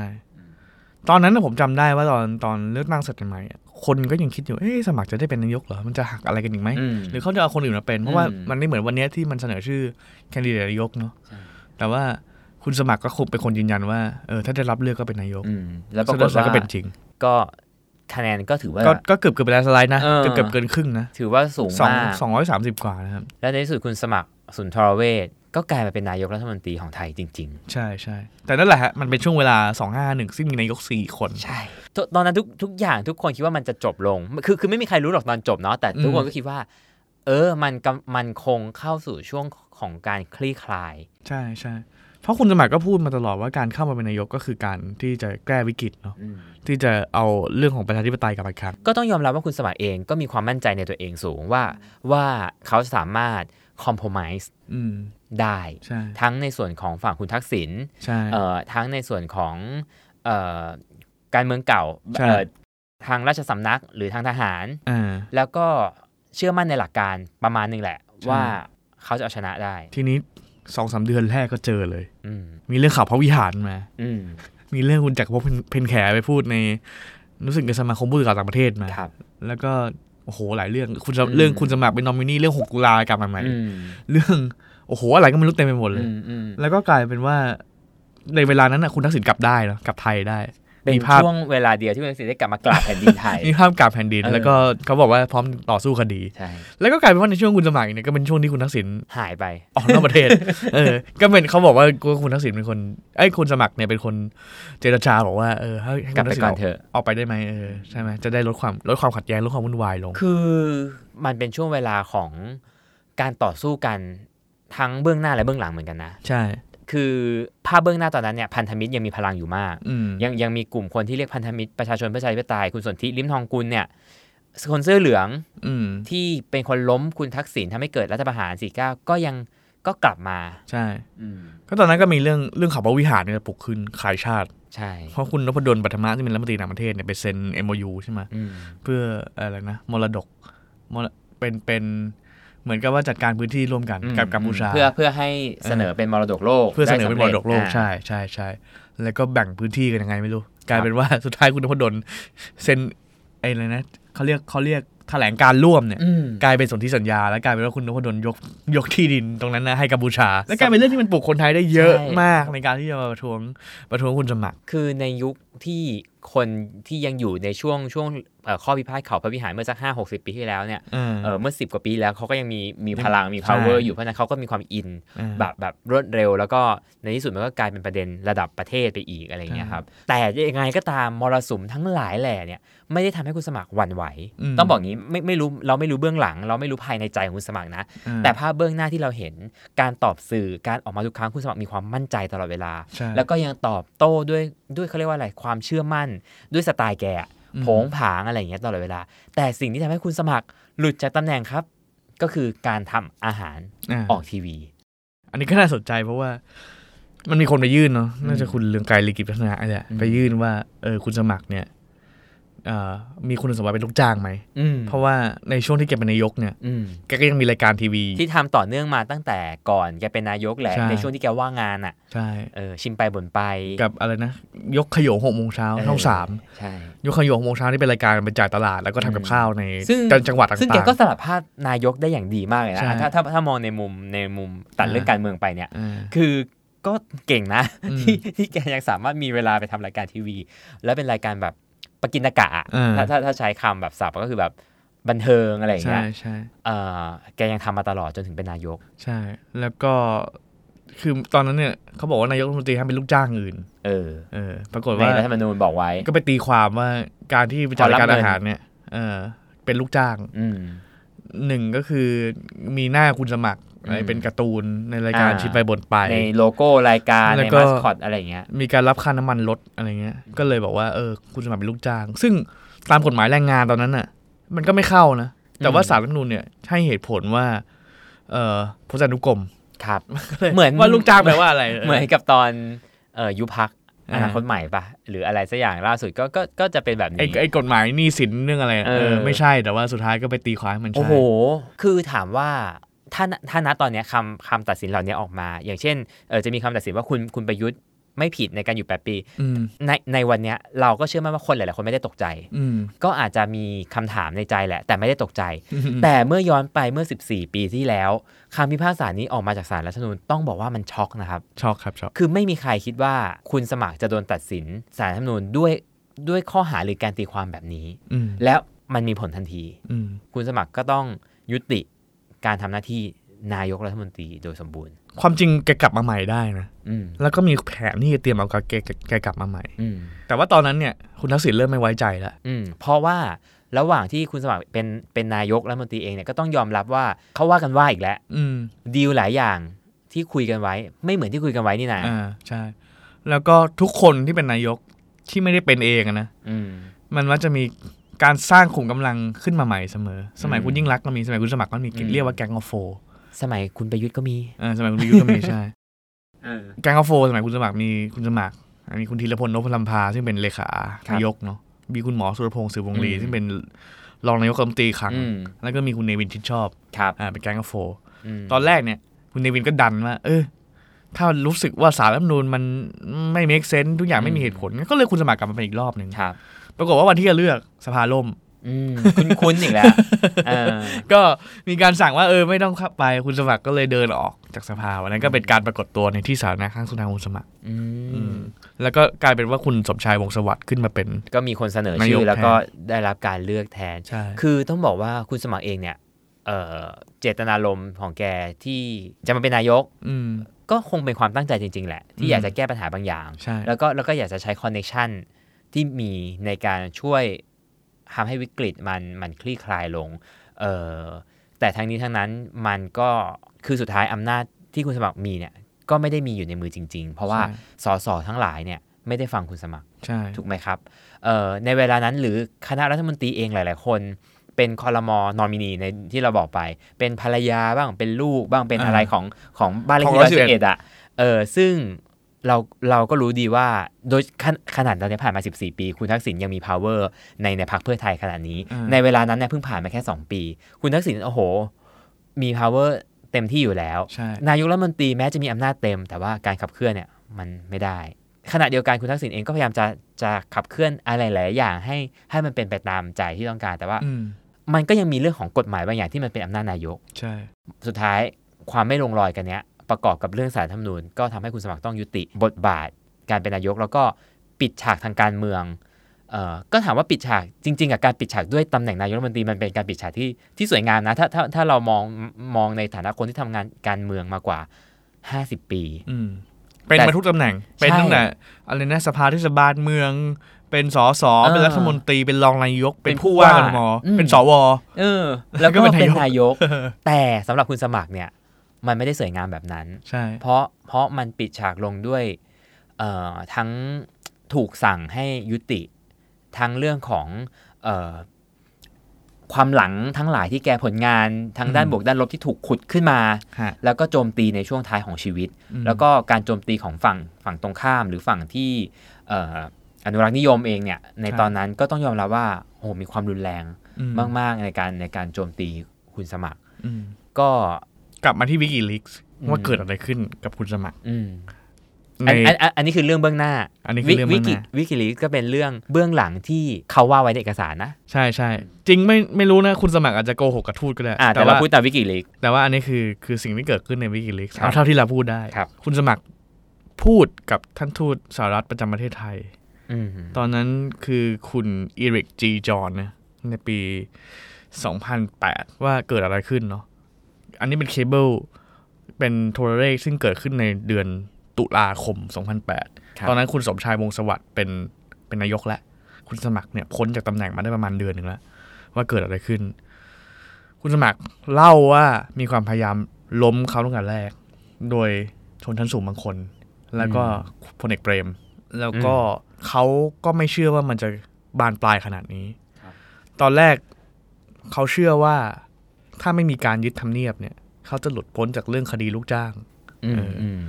S2: ตอนนั้นนะผมจำได้ว่าตอนตอนเลือกตั้งเสร็จใหม่ๆอ่ะคนก็ยังคิดอยู่เอ๊ะสมัครจะได้เป็นนายกเหรอมันจะหักอะไรกันอีกไหม หรือเขาจะเอาคนอื่นมาเป็น เพราะว่า
S3: อืม
S2: มันไม่เหมือนวันเนี้ยที่มันเสนอชื่อแคนดิเดตนายกเนาะ
S3: ใช่
S2: แต่ว่าคุณสมัครก็คงเป็นคนยืนยันว่าเออถ้าได้รับเลือกก็เป็นนายก
S3: มแล้วปรากฏ
S2: ซึ่ง
S3: ว่า
S2: ก็เป็นจริง
S3: ก็คะแนนก็ถือว่า
S2: ก็ก็เกือบเกือบไปแล้วสไลด์นะ
S3: เออ
S2: เกือบเกือบเกินครึ่งนะ
S3: ถือว่าสูง
S2: สอง
S3: มาก
S2: สองร้อยสามสิบกว่านะครับ
S3: และในที่สุดคุณสมัครสุนทรเวชก็กลายมาเป็นนายกรัฐมนตรีของไทยจริง
S2: ใช่ใช่แต่นั่นแหละฮะมันเป็นช่วงเวลาสองห้าหนึ่งซึ่งมีนายกสี่คน
S3: ๆ ใช่ ตอนนั้นทุกทุกอย่างทุกคนคิดว่ามันจะจบลง คือคือไม่มีใครรู้หรอกตอนจบเนาะแต่ทุกคนก็คิดว่า เออมันกำมันคงเข้าสู่ช่วงของการคลี่คลาย
S2: ใช่ใช่เพราะคุณสมัครก็พูดมาตลอดว่าการเข้ามาเป็นนายกก็คือการที่จะแก้วิกฤตเนาะที่จะเอาเรื่องของประชาธิปไตยกลับมาอีกครั้ง
S3: ก็ต้องยอมรับว่าคุณสมัครเองก็มีความมั่นใจในตัวเองสูงว่าว่าเขาสามารถคอม p r o m i s e
S2: อืม
S3: ได้
S2: ใช่
S3: ทั้งในส่วนของฝั่งคุณทักษิณ
S2: ใช่
S3: เอ่อทั้งในส่วนของเอ่อการเมืองเก่า
S2: ใช่
S3: เอ่อทางราชสำนักหรือทางทหาร
S2: อ่า
S3: แล้วก็เชื่อมั่นในหลักการประมาณหนึงแหละ
S2: ใช่
S3: ว่าเขาจะเอาชนะได้
S2: ทีนี้สองสามเดือนแรกก็เจอเลย
S3: อืม
S2: มีเรื่องข่าวพระวิหารมา
S3: อืม
S2: มีเรื่องคุณจักรภพเพญเพนแขไปพูดในรู้สึกในสมาคมผู้สื่อข่าวต่างประเทศมา
S3: ครับ
S2: แล้วก็โอ้โหหลายเรื่องคุณส
S3: อืม
S2: เรื่องคุณสมัครเป็นนอมินีเรื่องหกกุลากลับมาใหม่
S3: อืม
S2: เรื่องโอ้โหอะไรก็ไม่รู้เต็มไปหมดเลย
S3: อืม
S2: แล้วก็กลายเป็นว่า ในเวลานั้นนะคุณทักษิณกลับได้นะกลับไทยได้
S3: เป็น
S2: มีภาพ
S3: ช่วงเวลาเดียวที่คุณทักษิณได้กลับมากราบแผ่นดิน
S2: [laughs]
S3: ไทย
S2: นี่ห้ามกลับแผ่นดิน
S3: เออ
S2: แล้วก็เขาบอกว่าพร้อมต่อสู้คดี
S3: ใช่
S2: แล้วก็กลายเป็นว่าในช่วงคุณสมัครเนี่ยก็เป็นช่วงที่คุณทักษิณ
S3: หายไป
S2: ออกนอกประเทศ เออ ก็เป็นเขาบอกว่าคุณทักษิณเป็นคนไอ้ยคุณสมัครเนี่ยเป็นคนเจรจาบอกว่าเออให้ให้
S3: กลับ
S2: คุณ
S3: ไป
S2: ทักษิณอ
S3: ก่อน
S2: อก
S3: เถอะ
S2: ออกไปได้ไหมเออใช่ไหมจะได้ลดความลดความขัดแย้งลดความวุ่นวายลง
S3: คือมันเป็นช่วงเวลาของการต่อสู้กันทั้งเบื้องหน้าและเบื้องหลังเหมือนกันนะ
S2: ใช่
S3: คือภาพเบื้องหน้าตอนนั้นเนี่ยพันธมิตรยังมีพลังอยู่มาก
S2: อืม
S3: ยังยังมีกลุ่มคนที่เรียกพันธมิตรประชาชนเพื่อประชาธิปไตยคุณสนธิลิมทองกุลเนี่ยคนเสื้อเหลือง
S2: อืม
S3: ที่เป็นคนล้มคุณทักษิณทำให้เกิดรัฐประหารสี่เก้าก็ยังก็กลับมา
S2: ใช่ ก็ตอนนั้นก็มีเรื่องเรื่องข่าวว่าวิหารเนี่ยปลุกขึ้นขายชาติ
S3: ใช่
S2: เพราะคุณนพดลปัทมะที่เป็นรัฐมนตรีต่างประเทศเนี่ยไปเซ็น MOU ใช่ไหม
S3: อืม
S2: เพื่ออะไรนะมรดกมรเป็นเป็นเหมือนกับว่าจัดการพื้นที่ร่วมกันกับกัมพูชา
S3: เพื่อเพื่อให้เสนอเป็นมรดกโลก
S2: เพื่อเสนอเป็นมรดกโลก
S3: ไสำเร็จ
S2: ใช่ใช่ใช่แล้วก็แบ่งพื้นที่กันยังไงไม่รู้ กลายเป็นว่า สุดท้ายคุณนพดลเซ็นไอ้อะไรนะเขาเรียกเขาเรียกแถลงการร่วมเนี่ย
S3: อืม
S2: กลายเป็นสนธิสัญญา แล้วกลายเป็นว่าคุณนพดลยกยกที่ดินตรงนั้นนะให้กัมพูชา และกลายเป็นเรื่องที่มันปลุกคนไทยได้เยอะ
S3: ใช่
S2: มากในการที่จะมาประท้วงประท้วงคุณสมัคร
S3: คือในยุคที่คนที่ยังอยู่ในช่วงช่วงเอ่อข้อพิพาทเขาพระวิหารเมื่อสักห้าหกสิบปีที่แล้วเนี่ย
S2: เออ
S3: เอ่อเมื่อสิบกว่าปีแล้วเขาก็ยังมีมีพลังมี
S2: ใช่
S3: power อยู่เพราะฉะนั้นเขาก็มีความอิน
S2: เออ
S3: แบบแบบรวดเร็วแล้วก็ในที่สุดมันก็กลายเป็นประเด็นระดับประเทศไปอีกอะไรอย่างเงี้ยครับแต่ยังไงก็ตามมรสุมทั้งหลายแหล่เนี่ยไม่ได้ทำให้คุณสมัครหวั่นไหว
S2: อืม
S3: ต้องบอกงี้ไม่ไม่รู้เราไม่รู้เบื้องหลัง เราไม่รู้ภายในใจของคุณสมัครนะ
S2: เออ
S3: แต่ภาพเบื้องหน้าที่เราเห็นการตอบสื่อการออกมาทุกครั้งคุณสมัครมีความมั่นใจตลอดเวลา
S2: ใช่
S3: แล้วก็ยังตอบโต้ด้วยด้วยเขาเรียกว่าอะไรความเชื่อมั่น ด้วยสไตล์แกอะ
S2: อืม
S3: โผงผางอะไรอย่างเงี้ยตลอดเวลา แต่สิ่งที่ทำให้คุณสมัครหลุดจากตำแหน่งครับ ก็คือการทำอาหาร
S2: อ่ะ
S3: ออกทีวี
S2: อันนี้ก็น่าสนใจเพราะว่า มันมีคนไปยื่นเนาะน่าจะคุณเรืองไกรลีกิจพัฒนาอะไร
S3: อืม
S2: ไปยื่นว่าเออคุณสมัครเนี่ยเอ่อมีคุณสมบัติเป็นลูกจ้างไหม
S3: อืม
S2: เพราะว่าในช่วงที่แกเป็นนายกเนี่ย
S3: อืม
S2: แกก็ยังมีรายการทีวี
S3: ที่ทำต่อเนื่องมาตั้งแต่ก่อนแกเป็นนายกแหละ
S2: ใช่
S3: ในช่วงที่แกว่างงานอ่ะ
S2: ใช่
S3: เออชิมไปบ่นไป
S2: กับอะไรนะ ยกขยงหกโมงเช้า
S3: เ
S2: ช่องสาม
S3: ใช่
S2: ยกขยงหกโมงเช้านี่เป็นรายการไปจ่ายตลาดแล้วก็ทำกับ
S3: อืม
S2: ข้าวใน
S3: ซึ่ง
S2: จังหวัดต่างๆ
S3: ซึ่งแกก็สลับภาพนายกได้อย่างดีมากเลยนะ
S2: ใช่
S3: ถ้าถ้าถ้ามองในมุมในมุมตัด
S2: อ่า
S3: เรื่องการเมืองไปเนี่ย
S2: อ่า
S3: คือก็เก่งนะ
S2: อืม
S3: ที่ [laughs] ที่แกยังสามารถมีเวลาไปทำรายการทีวี แล้วเป็นรายการแบบปกินกะอะ
S2: อ่า
S3: ถ้าถ้าถ้าใช้คำแบบศัพท์ก็คือแบบบันเทิงอะไรอย่าง
S2: ใช่
S3: เงี้ย
S2: ใช่
S3: เออแกยังทำมาตลอดจนถึงเป็นนายก
S2: ใช่ แล้วก็คือตอนนั้นเนี่ยเขาบอกว่านายกรัฐมนตรีห้ามเป็นลูกจ้างอื่น
S3: เออ
S2: เออปรากฏ
S3: ใน
S2: ว่า
S3: รัฐธรรมนูญบอกไว้
S2: ก็ไปตีความว่าการที่ผู้จัด
S3: ขอรับ
S2: การ
S3: เงิน
S2: อาหารเนี่ย เออเป็นลูกจ้าง
S3: อืม
S2: หนึ่งก็คือมีหน้าคุณสมัคร
S3: อืม
S2: เป็นการ์ตูนในรายการ
S3: อ่า
S2: ชิดไปบนไป
S3: ในโลโก้รายการ
S2: แล้
S3: ใน
S2: วก็
S3: มาสคอตอะไรอย่างเงี้ย
S2: มีการรับค่าน้ำมันลดอะไรเงี้ย ก็เลยบอกว่าเออคุณสมัครเป็นลูกจ้าง ซึ่งตามกฎหมายแรงงานตอนนั้นน่ะ มันก็ไม่เข้านะ แต่ว่า
S3: อืม
S2: สารรัฐธรรมนูลเนี่ยให้เหตุผลว่า เออพจนานุกรม
S3: ครับ
S2: ลย
S3: เหมือน
S2: ว่าลูกจ้างแปลว่าอะไร
S3: เหมือนกับตอนเอ่อยุบพักอ
S2: อ่า
S3: นาคตใหม่ปะหรืออะไรสักอย่างล่าสุดก็ก็ก็จะเป็นแบบ
S2: ไอ้
S3: นี้
S2: ไอ้กฎหมายหนี้สินเรื่องอะไรอะ
S3: เออ
S2: เออไม่ใช่แต่ว่าสุดท้ายก็ไปตีความให้มัน
S3: โอ้
S2: ใช่
S3: โห คือถามว่าถ้าถ้าณตอนเนี้ยคำคำตัดสินเหล่านี้ออกมา อย่างเช่นเออจะมีคำตัดสินว่าคุณคุณประยุทธ์ไม่ผิดในการอยู่แปดปี
S2: อืม
S3: ในในวันเนี้ยเราก็เชื่อมั่นว่าคนหลาย ๆ คนไม่ได้ตกใจ
S2: อืม
S3: ก็อาจจะมีคำถามในใจแหละ แต่ไม่ได้ตกใจ
S2: อืม
S3: แต่เมื่อย้อนไปเมื่อ 14 ปีที่แล้วคำพิพากษานี้ออกมาจากศาลรัฐธรรมนูญต้องบอกว่ามันช็อกนะครับ
S2: ช็อกครับช็อก
S3: คือไม่มีใครคิดว่าคุณสมัครจะโดนตัดสินสารรัฐธรรมนูญด้วยด้วยข้อหาหรือการตีความแบบนี้
S2: อืม
S3: แล้วมันมีผลทันที
S2: อืม
S3: คุณสมัครก็ต้องยุติการทำหน้าที่นายกรัฐมนตรีโดยสมบูรณ์
S2: ความจริงแกกลับมาใหม่ได้นะ
S3: อืม
S2: แล้วก็มีแผนที่จะเตรียมเอาแกแกแกกลับมาใหม่
S3: อืม
S2: แต่ว่าตอนนั้นเนี่ยคุณทักษิณเริ่มไม่ไว้ใจแล้ว
S3: อืมเพราะว่าระหว่างที่คุณสมัครเป็นเป็นนายกรัฐมนตรีเองเนี่ยก็ต้องยอมรับว่าเขาว่ากันว่าอีกแล้ว
S2: อืม
S3: ดีลหลายอย่างที่คุยกันไว้ ไม่เหมือนที่คุยกันไว้นี่นะ
S2: อ่าใช่ แล้วก็ทุกคนที่เป็นนายกที่ไม่ได้เป็นเองอะนะ
S3: อืม
S2: มันว่าจะมีการสร้างขุมกำลังขึ้นมาใหม่เสมอ สมัย
S3: อืม
S2: คุณยิ่งรักษณ์ก็มีสมัยคุณสมัครก็มี
S3: อืม
S2: เรียกว่าแก๊งออฟโฟ
S3: สมัยคุณประยุทธ์ก็มี
S2: เออสมัยคุณวิยุทธ์ก็มี ใช่แก๊งออฟโฟสมัยคุณสมัครมีคุณสมัครอันนี้คุณธีรพลนพลำพาซึ่งเป็นเลขานายกเนาะมีคุณหมอสุรพงศ์สืบวงศ์ลีซึ่งเป็นรองนายกรัฐมนตรีครั้ง
S3: อืม
S2: แล้วก็มีคุณเนวินชิดชอบ
S3: ครับ
S2: อ่าเป็นแก๊งกับโฟร์
S3: ม
S2: ตอนแรกเนี่ย คุณเนวินก็ดันว่า เออ ถ้ารู้สึกว่าสารรัฐธรรมนูญมันไม่ make sense ทุกอย่างไม่มีเหตุผล ก็เลยคุณสมัครกลับมาเป็นอีกรอบหนึ่ง
S3: ครับ
S2: ปรากฏว่าวันที่จะเลือกสภาล่ม
S3: อืมคุ้นๆอีกแล้วเออ
S2: ก็มีการสั่งว่าเออไม่ต้องเข้าไปคุณสมัครก็เลยเดินออกจากสภาวันนั้นก็เป็นการปรากฏตัวในที่สาธารณะข้างสุนทรคุณสมัคร
S3: อื
S2: อื
S3: ม
S2: มแล้วก็กลายเป็นว่าคุณสมชายวงศ์สวัสดิ์ขึ้นมาเป็น
S3: ก็มีคนเสนอน
S2: ายก
S3: ชื่อแล้ว
S2: แทน
S3: ก็ได้รับการเลือกแทน
S2: ใช่
S3: คือต้องบอกว่าคุณสมัครเองเนี่ยเอ่อเจตนารมณ์ของแกที่จะมาเป็นนายก
S2: อืม
S3: ก็คงเป็นความตั้งใจจริง ๆ แหละ
S2: อื
S3: ที่
S2: ม
S3: อยากจะแก้ปัญหาบางอย่าง
S2: ใช่
S3: แล้วก็แล้วก็อยากจะใช้คอนเน t ชันที่มีในการช่วยทำให้วิกฤตมันมันคลี่คลายลงเออแต่ทั้งนี้ทั้งนั้นมันก็คือสุดท้ายอำนาจที่คุณสมัครมีเนี่ยก็ไม่ได้มีอยู่ในมือจริง ๆ เพราะว่าสสทั้งหลายเนี่ยไม่ได้ฟังคุณสมัคร
S2: ใช่
S3: ถูกไหมครับเอ่อในเวลานั้นหรือคณะรัฐมนตรีเองหลาย ๆ คน เป็นคอรมอนอมินีในที่เราบอกไป เป็นภรรยาบ้างเป็นลูกบ้างเป็นอะไรของของบ้านเลขที่ร้อยสิบเอ็ดอ่ะเออซึ่งเราเราก็รู้ดีว่าโดยขนขนาดตอนนี้ผ่านมา 14 ปี คุณทักษิณยังมี power ในในพรรคเพื่อไทยขนาดนี้
S2: อ่า
S3: ในเวลานั้นเนี่ยเพิ่งผ่านมาแค่ 2 ปี คุณทักษิณโอ้โห มี power เต็มที่อยู่แล้ว
S2: ใช่
S3: นายกรัฐมนตรีแม้จะมีอำนาจเต็ม แต่ว่าการขับเคลื่อนเนี่ยมันไม่ได้ ขณะเดียวกันคุณทักษิณเองก็พยายามจะจะขับเคลื่อนอะไรหลายๆอย่างให้ให้มันเป็นไปตามใจที่ต้องการ แต่ว่า
S2: อืม
S3: มันก็ยังมีเรื่องของกฎหมายบางอย่างที่มันเป็นอำนาจนายก
S2: ใช่
S3: สุดท้ายความไม่ลงรอยกันเนี้ยประกอบกับเรื่องสารรัฐธรรมนูญก็ทำให้คุณสมัครต้องยุติบทบาท การเป็นนายก แล้วก็ปิดฉากทางการเมืองเอ่อก็ถามว่าปิดฉากจริงๆกับการปิดฉากด้วยตำแหน่งนายกรัฐมนตรีมันเป็นการปิดฉากที่ที่สวยงามนะถ้าถ้าถ้าเรามองมองในฐานะคนที่ทำงานการเมืองมากว่า 50 ปี
S2: อืมเป็นมาทุกตำแหน่ง เป็นตั้งแต่อะไรนะสภาเทศบาลเมือง เป็นสส
S3: เออ
S2: เป็นรัฐมนตรีเป็นรองนายก
S3: เป็
S2: เป็น น
S3: ผู้
S2: ผู้ว่าก
S3: ว่า
S2: ทม
S3: อืม
S2: เป็นสว
S3: เออแล้วก็
S2: ก็เป็น
S3: เป็
S2: นาน
S3: นาย ย
S2: ก
S3: ก แต่สำหรับคุณสมัครเนี่ยมันไม่ได้สวยงามแบบนั้น
S2: ใช่
S3: เพราะเพราะมันปิดฉากลงด้วยเอ่อทั้งถูกสั่งให้ยุติ ทั้งเรื่องของเอ่อความหลังทั้งหลายที่แกผลงานทางด้านบวกด้านลบที่ถูกขุดขึ้นมา
S2: ฮะ
S3: แล้วก็โจมตีในช่วงท้ายของชีวิต
S2: อืม
S3: แล้วก็การโจมตีของฝั่งฝั่งตรงข้ามหรือฝั่งที่เอ่ออนุรักษ์นิยมเองเนี่ยในตอนนั้นก็ต้องยอมรับว่าโอ้โหมีความรุนแรง
S2: อื
S3: มาก ๆ ในการในการโจมตีคุณสมัคร
S2: อืม
S3: ก็
S2: กลับมาที่วิกิลิกส์
S3: อืม
S2: ว่าเกิดอะไรขึ้นกับคุณสมัคร
S3: อืม
S2: ใน
S3: อันอันอันอันนี้คือเรื่องเบื้องหน้า
S2: อันนี้คือเรื่อง
S3: วิ
S2: เบื้องห
S3: กิ
S2: น้า
S3: วิกิลีกก็เป็นเรื่องเบื้องหลังที่เขาว่าไว้ในเอกสารนะ
S2: ใช่ใช่จริงไม่ไม่รู้นะคุณสมัครอาจจะโกหกกับทูตก็ได้
S3: อ่าแต่เรา
S2: ว่า
S3: พูดตามวิกิลีก
S2: แต่ว่าอันนี้คือคือสิ่งที่เกิดขึ้นในวิกิลิกส์
S3: ครับ
S2: เท่าที่เราพูดได้
S3: ครับ
S2: ณสมัครพูดกับท่านทูตสหรัฐประจำประเทศไทย
S3: อืม
S2: ตอนนั้นคือคุณอีริกจีจอนนะในปี 2008 ว่าเกิดอะไรขึ้นเนาะอันนี้เป็นเคเบิลเป็นโทรเลขซึ่งเกิดขึ้นในเดือนตุลาคม 2008
S3: ครับ
S2: ตอนนั้นคุณสมชายวงศ์สวัสดิ์เป็นเป็นนายกแล้ว คุณสมัครเนี่ยพ้นจากตำแหน่งมาได้ประมาณเดือนหนึ่งแล้ว ว่าเกิดอะไรขึ้น คุณสมัครเล่าว่ามีความพยายามล้มเขาตั้งแต่แรก โดยชนชั้นสูงบางคน แล้วก็พลเอกเปรม แล้วก็เขาก็ไม่เชื่อว่ามันจะบานปลายขนาดนี้ ตอนแรกเขาเชื่อว่าถ้าไม่มีการยึดทำเนียบเนี่ยเขาจะหลุดพ้นจากเรื่องคดีลูกจ้าง
S3: อืมอืม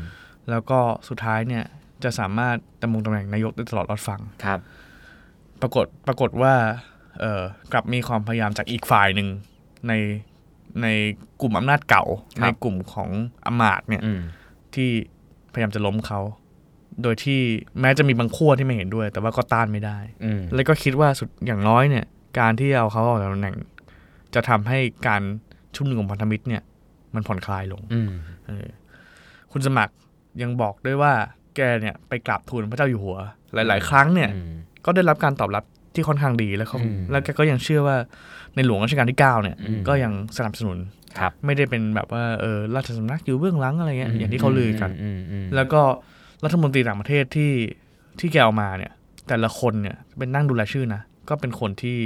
S2: แล้วก็สุดท้ายเนี่ยจะสามารถดำรงตำแหน่งนายกได้ตลอดรอดฟัง
S3: ครับ
S2: ปรากฏปรากฏว่าเออกลับมีความพยายามจากอีกฝ่ายหนึ่งในในกลุ่มอำนาจเก่า
S3: ครับ
S2: ในกลุ่มของอำมาตย์เนี่ย
S3: อืม
S2: ที่พยายามจะล้มเขา โดยที่แม้จะมีบางขั้วที่ไม่เห็นด้วย แต่ว่าก็ต้านไม่ได้
S3: อืม
S2: แล้วก็คิดว่าสุดอย่างน้อยเนี่ยการที่เอาเขาออกจากตำแหน่ง จะทำให้การชุมนุมของพันธมิตรเนี่ยมันผ่อนคลายลง
S3: อืม
S2: เออคุณสมัครยังบอกด้วยว่าแกเนี่ยไปกราบทูลพระเจ้าอยู่หัว หลาย ๆ ครั้งเนี่ย
S3: อืม
S2: ก็ได้รับการตอบรับที่ค่อนข้างดีแล้วเขา
S3: อืม
S2: แล้วแกก็ยังเชื่อว่าในหลวงรัชกาลที่ 9 เนี่ย
S3: อืม
S2: ก็ยังสนับสนุน
S3: ครับ
S2: ไม่ได้เป็นแบบว่าเออราชสำนักอยู่เบื้องหลังอะไรเงี้ยอย่างที่เขาลือกัน
S3: อืมอืม
S2: แล้วก็รัฐมนตรีต่างประเทศที่ที่แกเอามาเนี่ย แต่ละคนเนี่ยเป็นนั่งดูแลชื่อนะก็เป็นคนที่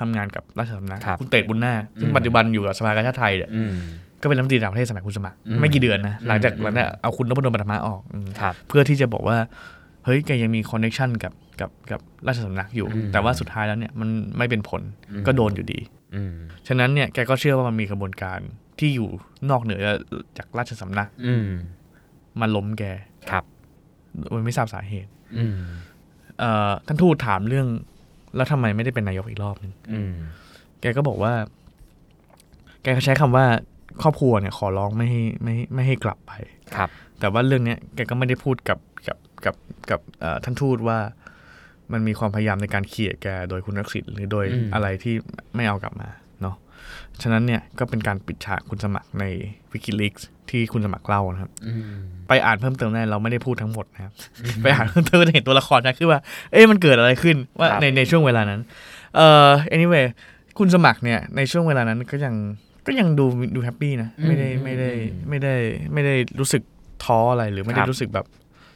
S2: ทำงานกับราชสำนัก
S3: ครับ
S2: คุณเตดบุญนาคซึ่งปัจจุบันอยู่กับสภากาชาติไทยเนี่ย
S3: อืม
S2: ก็เป็นรัฐมนตรีต่างประเทศสมัยคุณสมัคร
S3: อืม
S2: ไม่กี่เดือนนะหลังจาก
S3: อืม
S2: หลังจากเอาคุณนพดลปฐมาออกอืม
S3: ครับ
S2: เพื่อที่จะบอกว่า เฮ้ยแกยังมีคอนเนคชันกับกับกับราชสำนักอยู่
S3: อืม
S2: แต่ว่าสุดท้ายแล้วเนี่ยมันไม่เป็นผล
S3: อืม
S2: ก็โดนอยู่ดี
S3: อืม
S2: ฉะนั้นเนี่ยแกก็เชื่อว่ามันมีกระบวนการที่อยู่นอกเหนือจากราชสำนัก
S3: อืม
S2: มาล้มแก
S3: ครับ
S2: โดยไม่ทราบสาเหตุ
S3: อืม
S2: เอ่อท่านทูตถามเรื่อง แล้วทำไมไม่ได้เป็นนายกอีกรอบหนึง
S3: อืม
S2: แกก็บอกว่า แกก็ใช้คำว่าครอบครัวเนี่ยขอร้องไม่ให้ไม่ให้ไม่ให้กลับไป
S3: ครับ
S2: แต่ว่าเรื่องเนี้ยแกก็ไม่ได้พูดกับกับกับกับเอ่อท่านทูตว่า มันมีความพยายามในการเขี่ยแกโดยคุณทักษิณหรือโดย
S3: อืม
S2: อะไรที่ไม่เอากลับมาเนาะฉะนั้นเนี่ยก็เป็นการปิดฉากคุณสมัครในวิกิลีกที่คุณสมัครเล่านะครับ
S3: อืม
S2: ไปอ่านเพิ่มเติมได้เราไม่ได้พูดทั้งหมดนะครับ [laughs] ไปอ่านเพิ่มเติมจะเห็นตัวละครนะคือว่า เอ๊ะมันเกิดอะไรขึ้นว่าในในช่วงเวลานั้น เอ่อ anyway คุณสมัครเนี่ยในช่วงเวลานั้นก็ยังก็ยังดูดูแฮปปี้นะไม่ได้ไม่ได้ไม่ได้ไม่ได้รู้สึกท้ออะไรหรือไม่ได้รู้สึกแบบ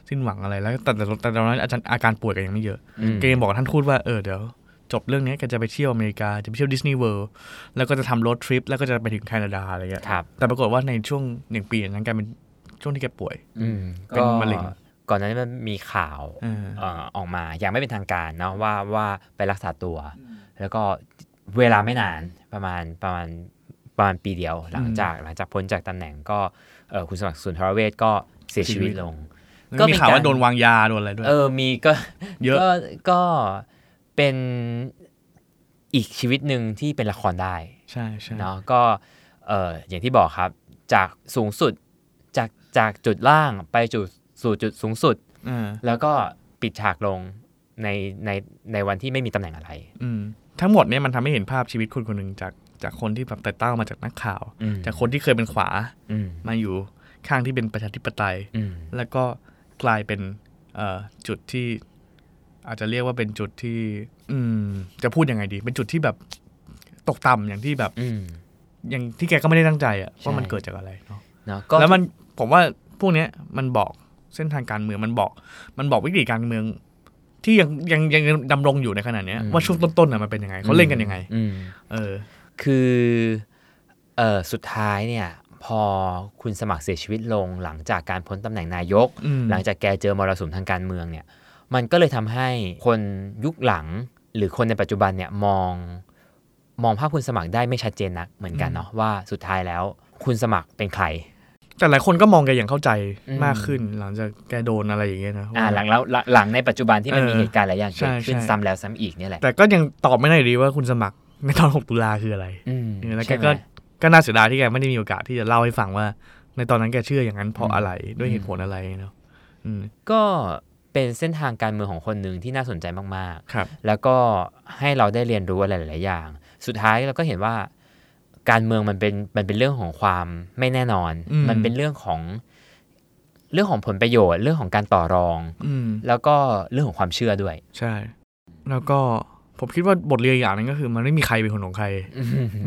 S2: สิ้นหวังอะไรแล้ว แต่แต่แต่ตอนนั้นอาจารย์อาการป่วยก็ยังไม่เยอะ
S3: อืม
S2: เกมบอกท่านทูตว่าเออเดี๋ยว จบเรื่องนี้แกจะไปเที่ยวอเมริกาจะไปเที่ยวดิสนีย์เวิลด์แล้วก็จะทำรถทริปแล้วก็จะไปถึงแคนาดาอะไรเงี้ย
S3: ครับ
S2: แต่ปรากฏว่าในช่วงหนึ่งปีนั้นแกเป็นช่วงที่แกป่วย
S3: อืม
S2: เป็น
S3: ก็
S2: มะเร็ง
S3: ก่อนหนั้านมันมีข่าว
S2: เออ
S3: เอ่อออกมาอย่างไม่เป็นทางการเนาะว่าว่าไปรักษาตัว แล้วก็เวลาไม่นานประมาณประมาณประมาณปีเดียว หลังจากหลังจากพ้นจากตำแหน่งก็เอ่อคุณสมัครสุนทรเวชก็เสียชีวิต
S2: ชีวิต
S3: ลง
S2: ก็มีข่าวว่าโดนวางยาโดนอะไรด้วย
S3: เออมีก็
S2: เยอะ
S3: ก็ก็เป็นอีกชีวิตหนึ่งที่เป็นละครได้
S2: ใช่ใช่
S3: เนาะก็เอออย่างที่บอกครับ จากสูงสุดจากจากจุดล่างไปจุดสู่จุดสูงสุด
S2: เออ
S3: แล้วก็ปิดฉากลงในในในวันที่ไม่มีตำแหน่งอะไร
S2: อืมทั้งหมดเนี่ยมันทำให้เห็นภาพชีวิตคนคนหนึ่งจากจากคนที่แบบแต่เต้ามาจากนักข่าว
S3: อืม
S2: จากคนที่เคยเป็นขวา
S3: อืม
S2: มาอยู่ข้างที่เป็นประชาธิปไตย
S3: อืม
S2: แล้วก็กลายเป็นเอ่อจุดที่ อาจจะเรียกว่าเป็นจุดที่ อืม จะพูดยังไงดี เป็นจุดที่แบบตกต่ำอย่างที่แบบ
S3: อืม
S2: อย่างที่แกก็ไม่ได้ตั้งใจอะว่ามัน
S3: ใช่
S2: เกิดจากอะไรเนาะ
S3: เนาะก็
S2: แล้วมันผมว่าพวกเนี้ยมันบอกเส้นทางการเมืองมันบอก มันบอกวิกฤตการเมือง ที่ยังยังยังยังดำรงอยู่ในขณะเนี้ยว่าช่วงต้นๆน่ะมันเป็นยังไงเขาเล่นกันยังไง
S3: อืม
S2: เออ
S3: คือเอ่อสุดท้ายเนี่ย พอคุณสมัครเสียชีวิตลงหลังจากการพ้นตำแหน่งนายก
S2: อืม
S3: หลังจากแกเจอมรสุมทางการเมืองเนี่ย มันก็เลยทำให้คนยุคหลังหรือคนในปัจจุบันเนี่ยมองมองภาพคุณสมัครได้ไม่ชัดเจนนักเหมือนกันเนาะว่าสุดท้ายแล้วคุณสมัครเป็นใคร
S2: แต่หลายคนก็มองแกอย่างเข้าใจ
S3: อืม
S2: มากขึ้น หลังจากแกโดนอะไรอย่างเงี้ยนะ
S3: อ่า
S2: ว่า
S3: หลังแล้วหลังหลังในปัจจุบันที่มันมี
S2: เออ
S3: เหตุการณ์หลายอย่างเกิด
S2: ใช่
S3: ขึ้น
S2: ใช่
S3: ซ้ำแล้วซ้ำอีกเนี่ยแหละ
S2: แต่ก็ยังตอบไม่ได้อยู่ดีว่าคุณสมัครในตอน 6 ตุลาคืออะไร
S3: อืม
S2: เออแล้วแก
S3: ใช่ไหม
S2: ก็ก็น่าเสียดายที่แกไม่ได้มีโอกาสที่จะเล่าให้ฟังว่า ในตอนนั้นแกเชื่ออย่างนั้นเพราะอะไรด้วยเหตุผลอะไรเนาะอืม
S3: ก็เป็นเส้นทางการเมืองของคนหนึ่งที่น่าสนใจมาก
S2: ครับ
S3: ๆ แล้วก็ให้เราได้เรียนรู้อะไรหลายๆอย่าง สุดท้ายเราก็เห็นว่าการเมืองมันเป็นมันเป็นเรื่องของความไม่แน่นอน
S2: อืม
S3: มันเป็นเรื่องของเรื่องของผลประโยชน์ เรื่องของการต่อรอง
S2: อืม
S3: แล้วก็เรื่องของความเชื่อด้วย
S2: ใช่ แล้วก็ผมคิดว่าบทเรียนอีกอย่างหนึงก็คือ มันไม่มีใครเป็นคนของใคร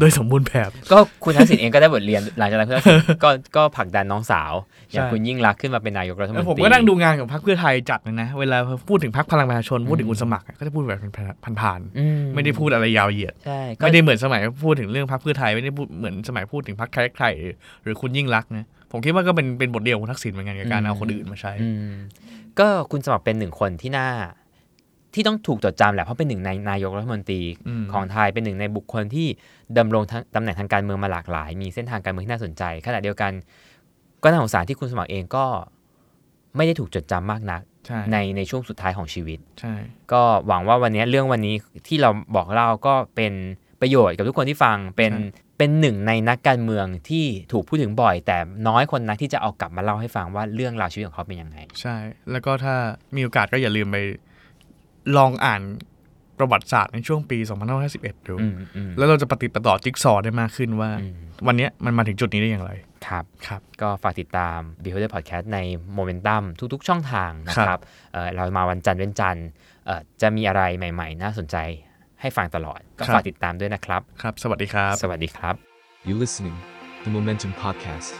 S2: โดยสมบูรณ์แบบ
S3: ก็คุณทักษิณเองก็ได้บทเรียนหลังจากนั้นคุณทักษิณก็ก็ผลักดันน้องสาว อย่าง
S2: ใช่
S3: คุณยิ่งรักษณ์ขึ้นมาเป็นนายกรัฐมน
S2: แล้ว
S3: ตรี
S2: ผมก็นั่งดูงานของพรรคเพื่อไทยจัดเลยนะ เวลาพูดถึงพรรคพลังประชาชนพูดถึง
S3: อืม
S2: คุณสมัครอะก็จะพูดแบบเป็นผ่าน
S3: อื
S2: ๆไม่ได้พูดอะไรยาวเหยียด
S3: ใช่ก็
S2: ไม่ได้เหมือนสมัยพูดถึงเรื่องพรรคเพื่อไทยไม่ได้พูดเหมือนสมัยพูดถึงพรรคใครใครหรือคุณยิ่งรักษณ์นะผมคิดว่าก็เป็นเป็นบทเรียนของทักษิณเหมือนกันกับการ
S3: อืม
S2: เอาคนอื่นมาใช้
S3: อืมก็คุณสมัครเป็นหนึ่งคนที่น่าที่ต้องถูกจดจำแหละ เพราะเป็นหนึ่งในนายกรัฐมนตรี
S2: อืม
S3: ของไทยเป็นหนึ่งในบุคคลที่ดำรงทั้งตำแหน่งทางการเมืองมาหลากหลาย มีเส้นทางการเมืองที่น่าสนใจขณะเดียวกัน ก็น่าสงสารที่คุณสมัครเองก็ไม่ได้ถูกจดจำมากนัก
S2: ใช่
S3: ในในช่วงสุดท้ายของชีวิต
S2: ใช่
S3: ก็หวังว่าวันนี้เรื่องวันนี้ที่เราบอกเล่าก็เป็นประโยชน์กับทุกคนที่ฟังเป็นเป็นหนึ่งในนักการเมืองที่ถูกพูดถึงบ่อย แต่น้อยคนนักที่จะเอากลับมาเล่าให้ฟังว่าเรื่องราวชีวิตของเขาเป็นยังไง
S2: ใช่ แล้วก็ถ้ามีโอกาสก็อย่าลืมไปลองอ่านประวัติศาสตร์ในช่วงปี2551ดู
S3: อืมอืม
S2: แล้วเราจะปฏิดปะต่อจิ๊กซอว์ได้มากขึ้นว่า
S3: อืม
S2: วันเนี้ยมันมาถึงจุดนี้ได้อย่างไร
S3: ครับ
S2: ครับ
S3: ก็ฝากติดตาม Beholder Podcast ใน Momentum ทุกๆ ช่องทางนะ
S2: ค
S3: ครั
S2: รั
S3: บบ เอ่อเรามาวันจันทร์เว้นจันทร์เอ่อจะมีอะไรใหม่ๆ น่าสนใจให้ฟังตลอด ก็ฝากติดตามด้วยนะครับ
S2: ครับ สวัสดีครับ
S3: สวัสดีครับ
S1: You listening, the Momentum Podcast.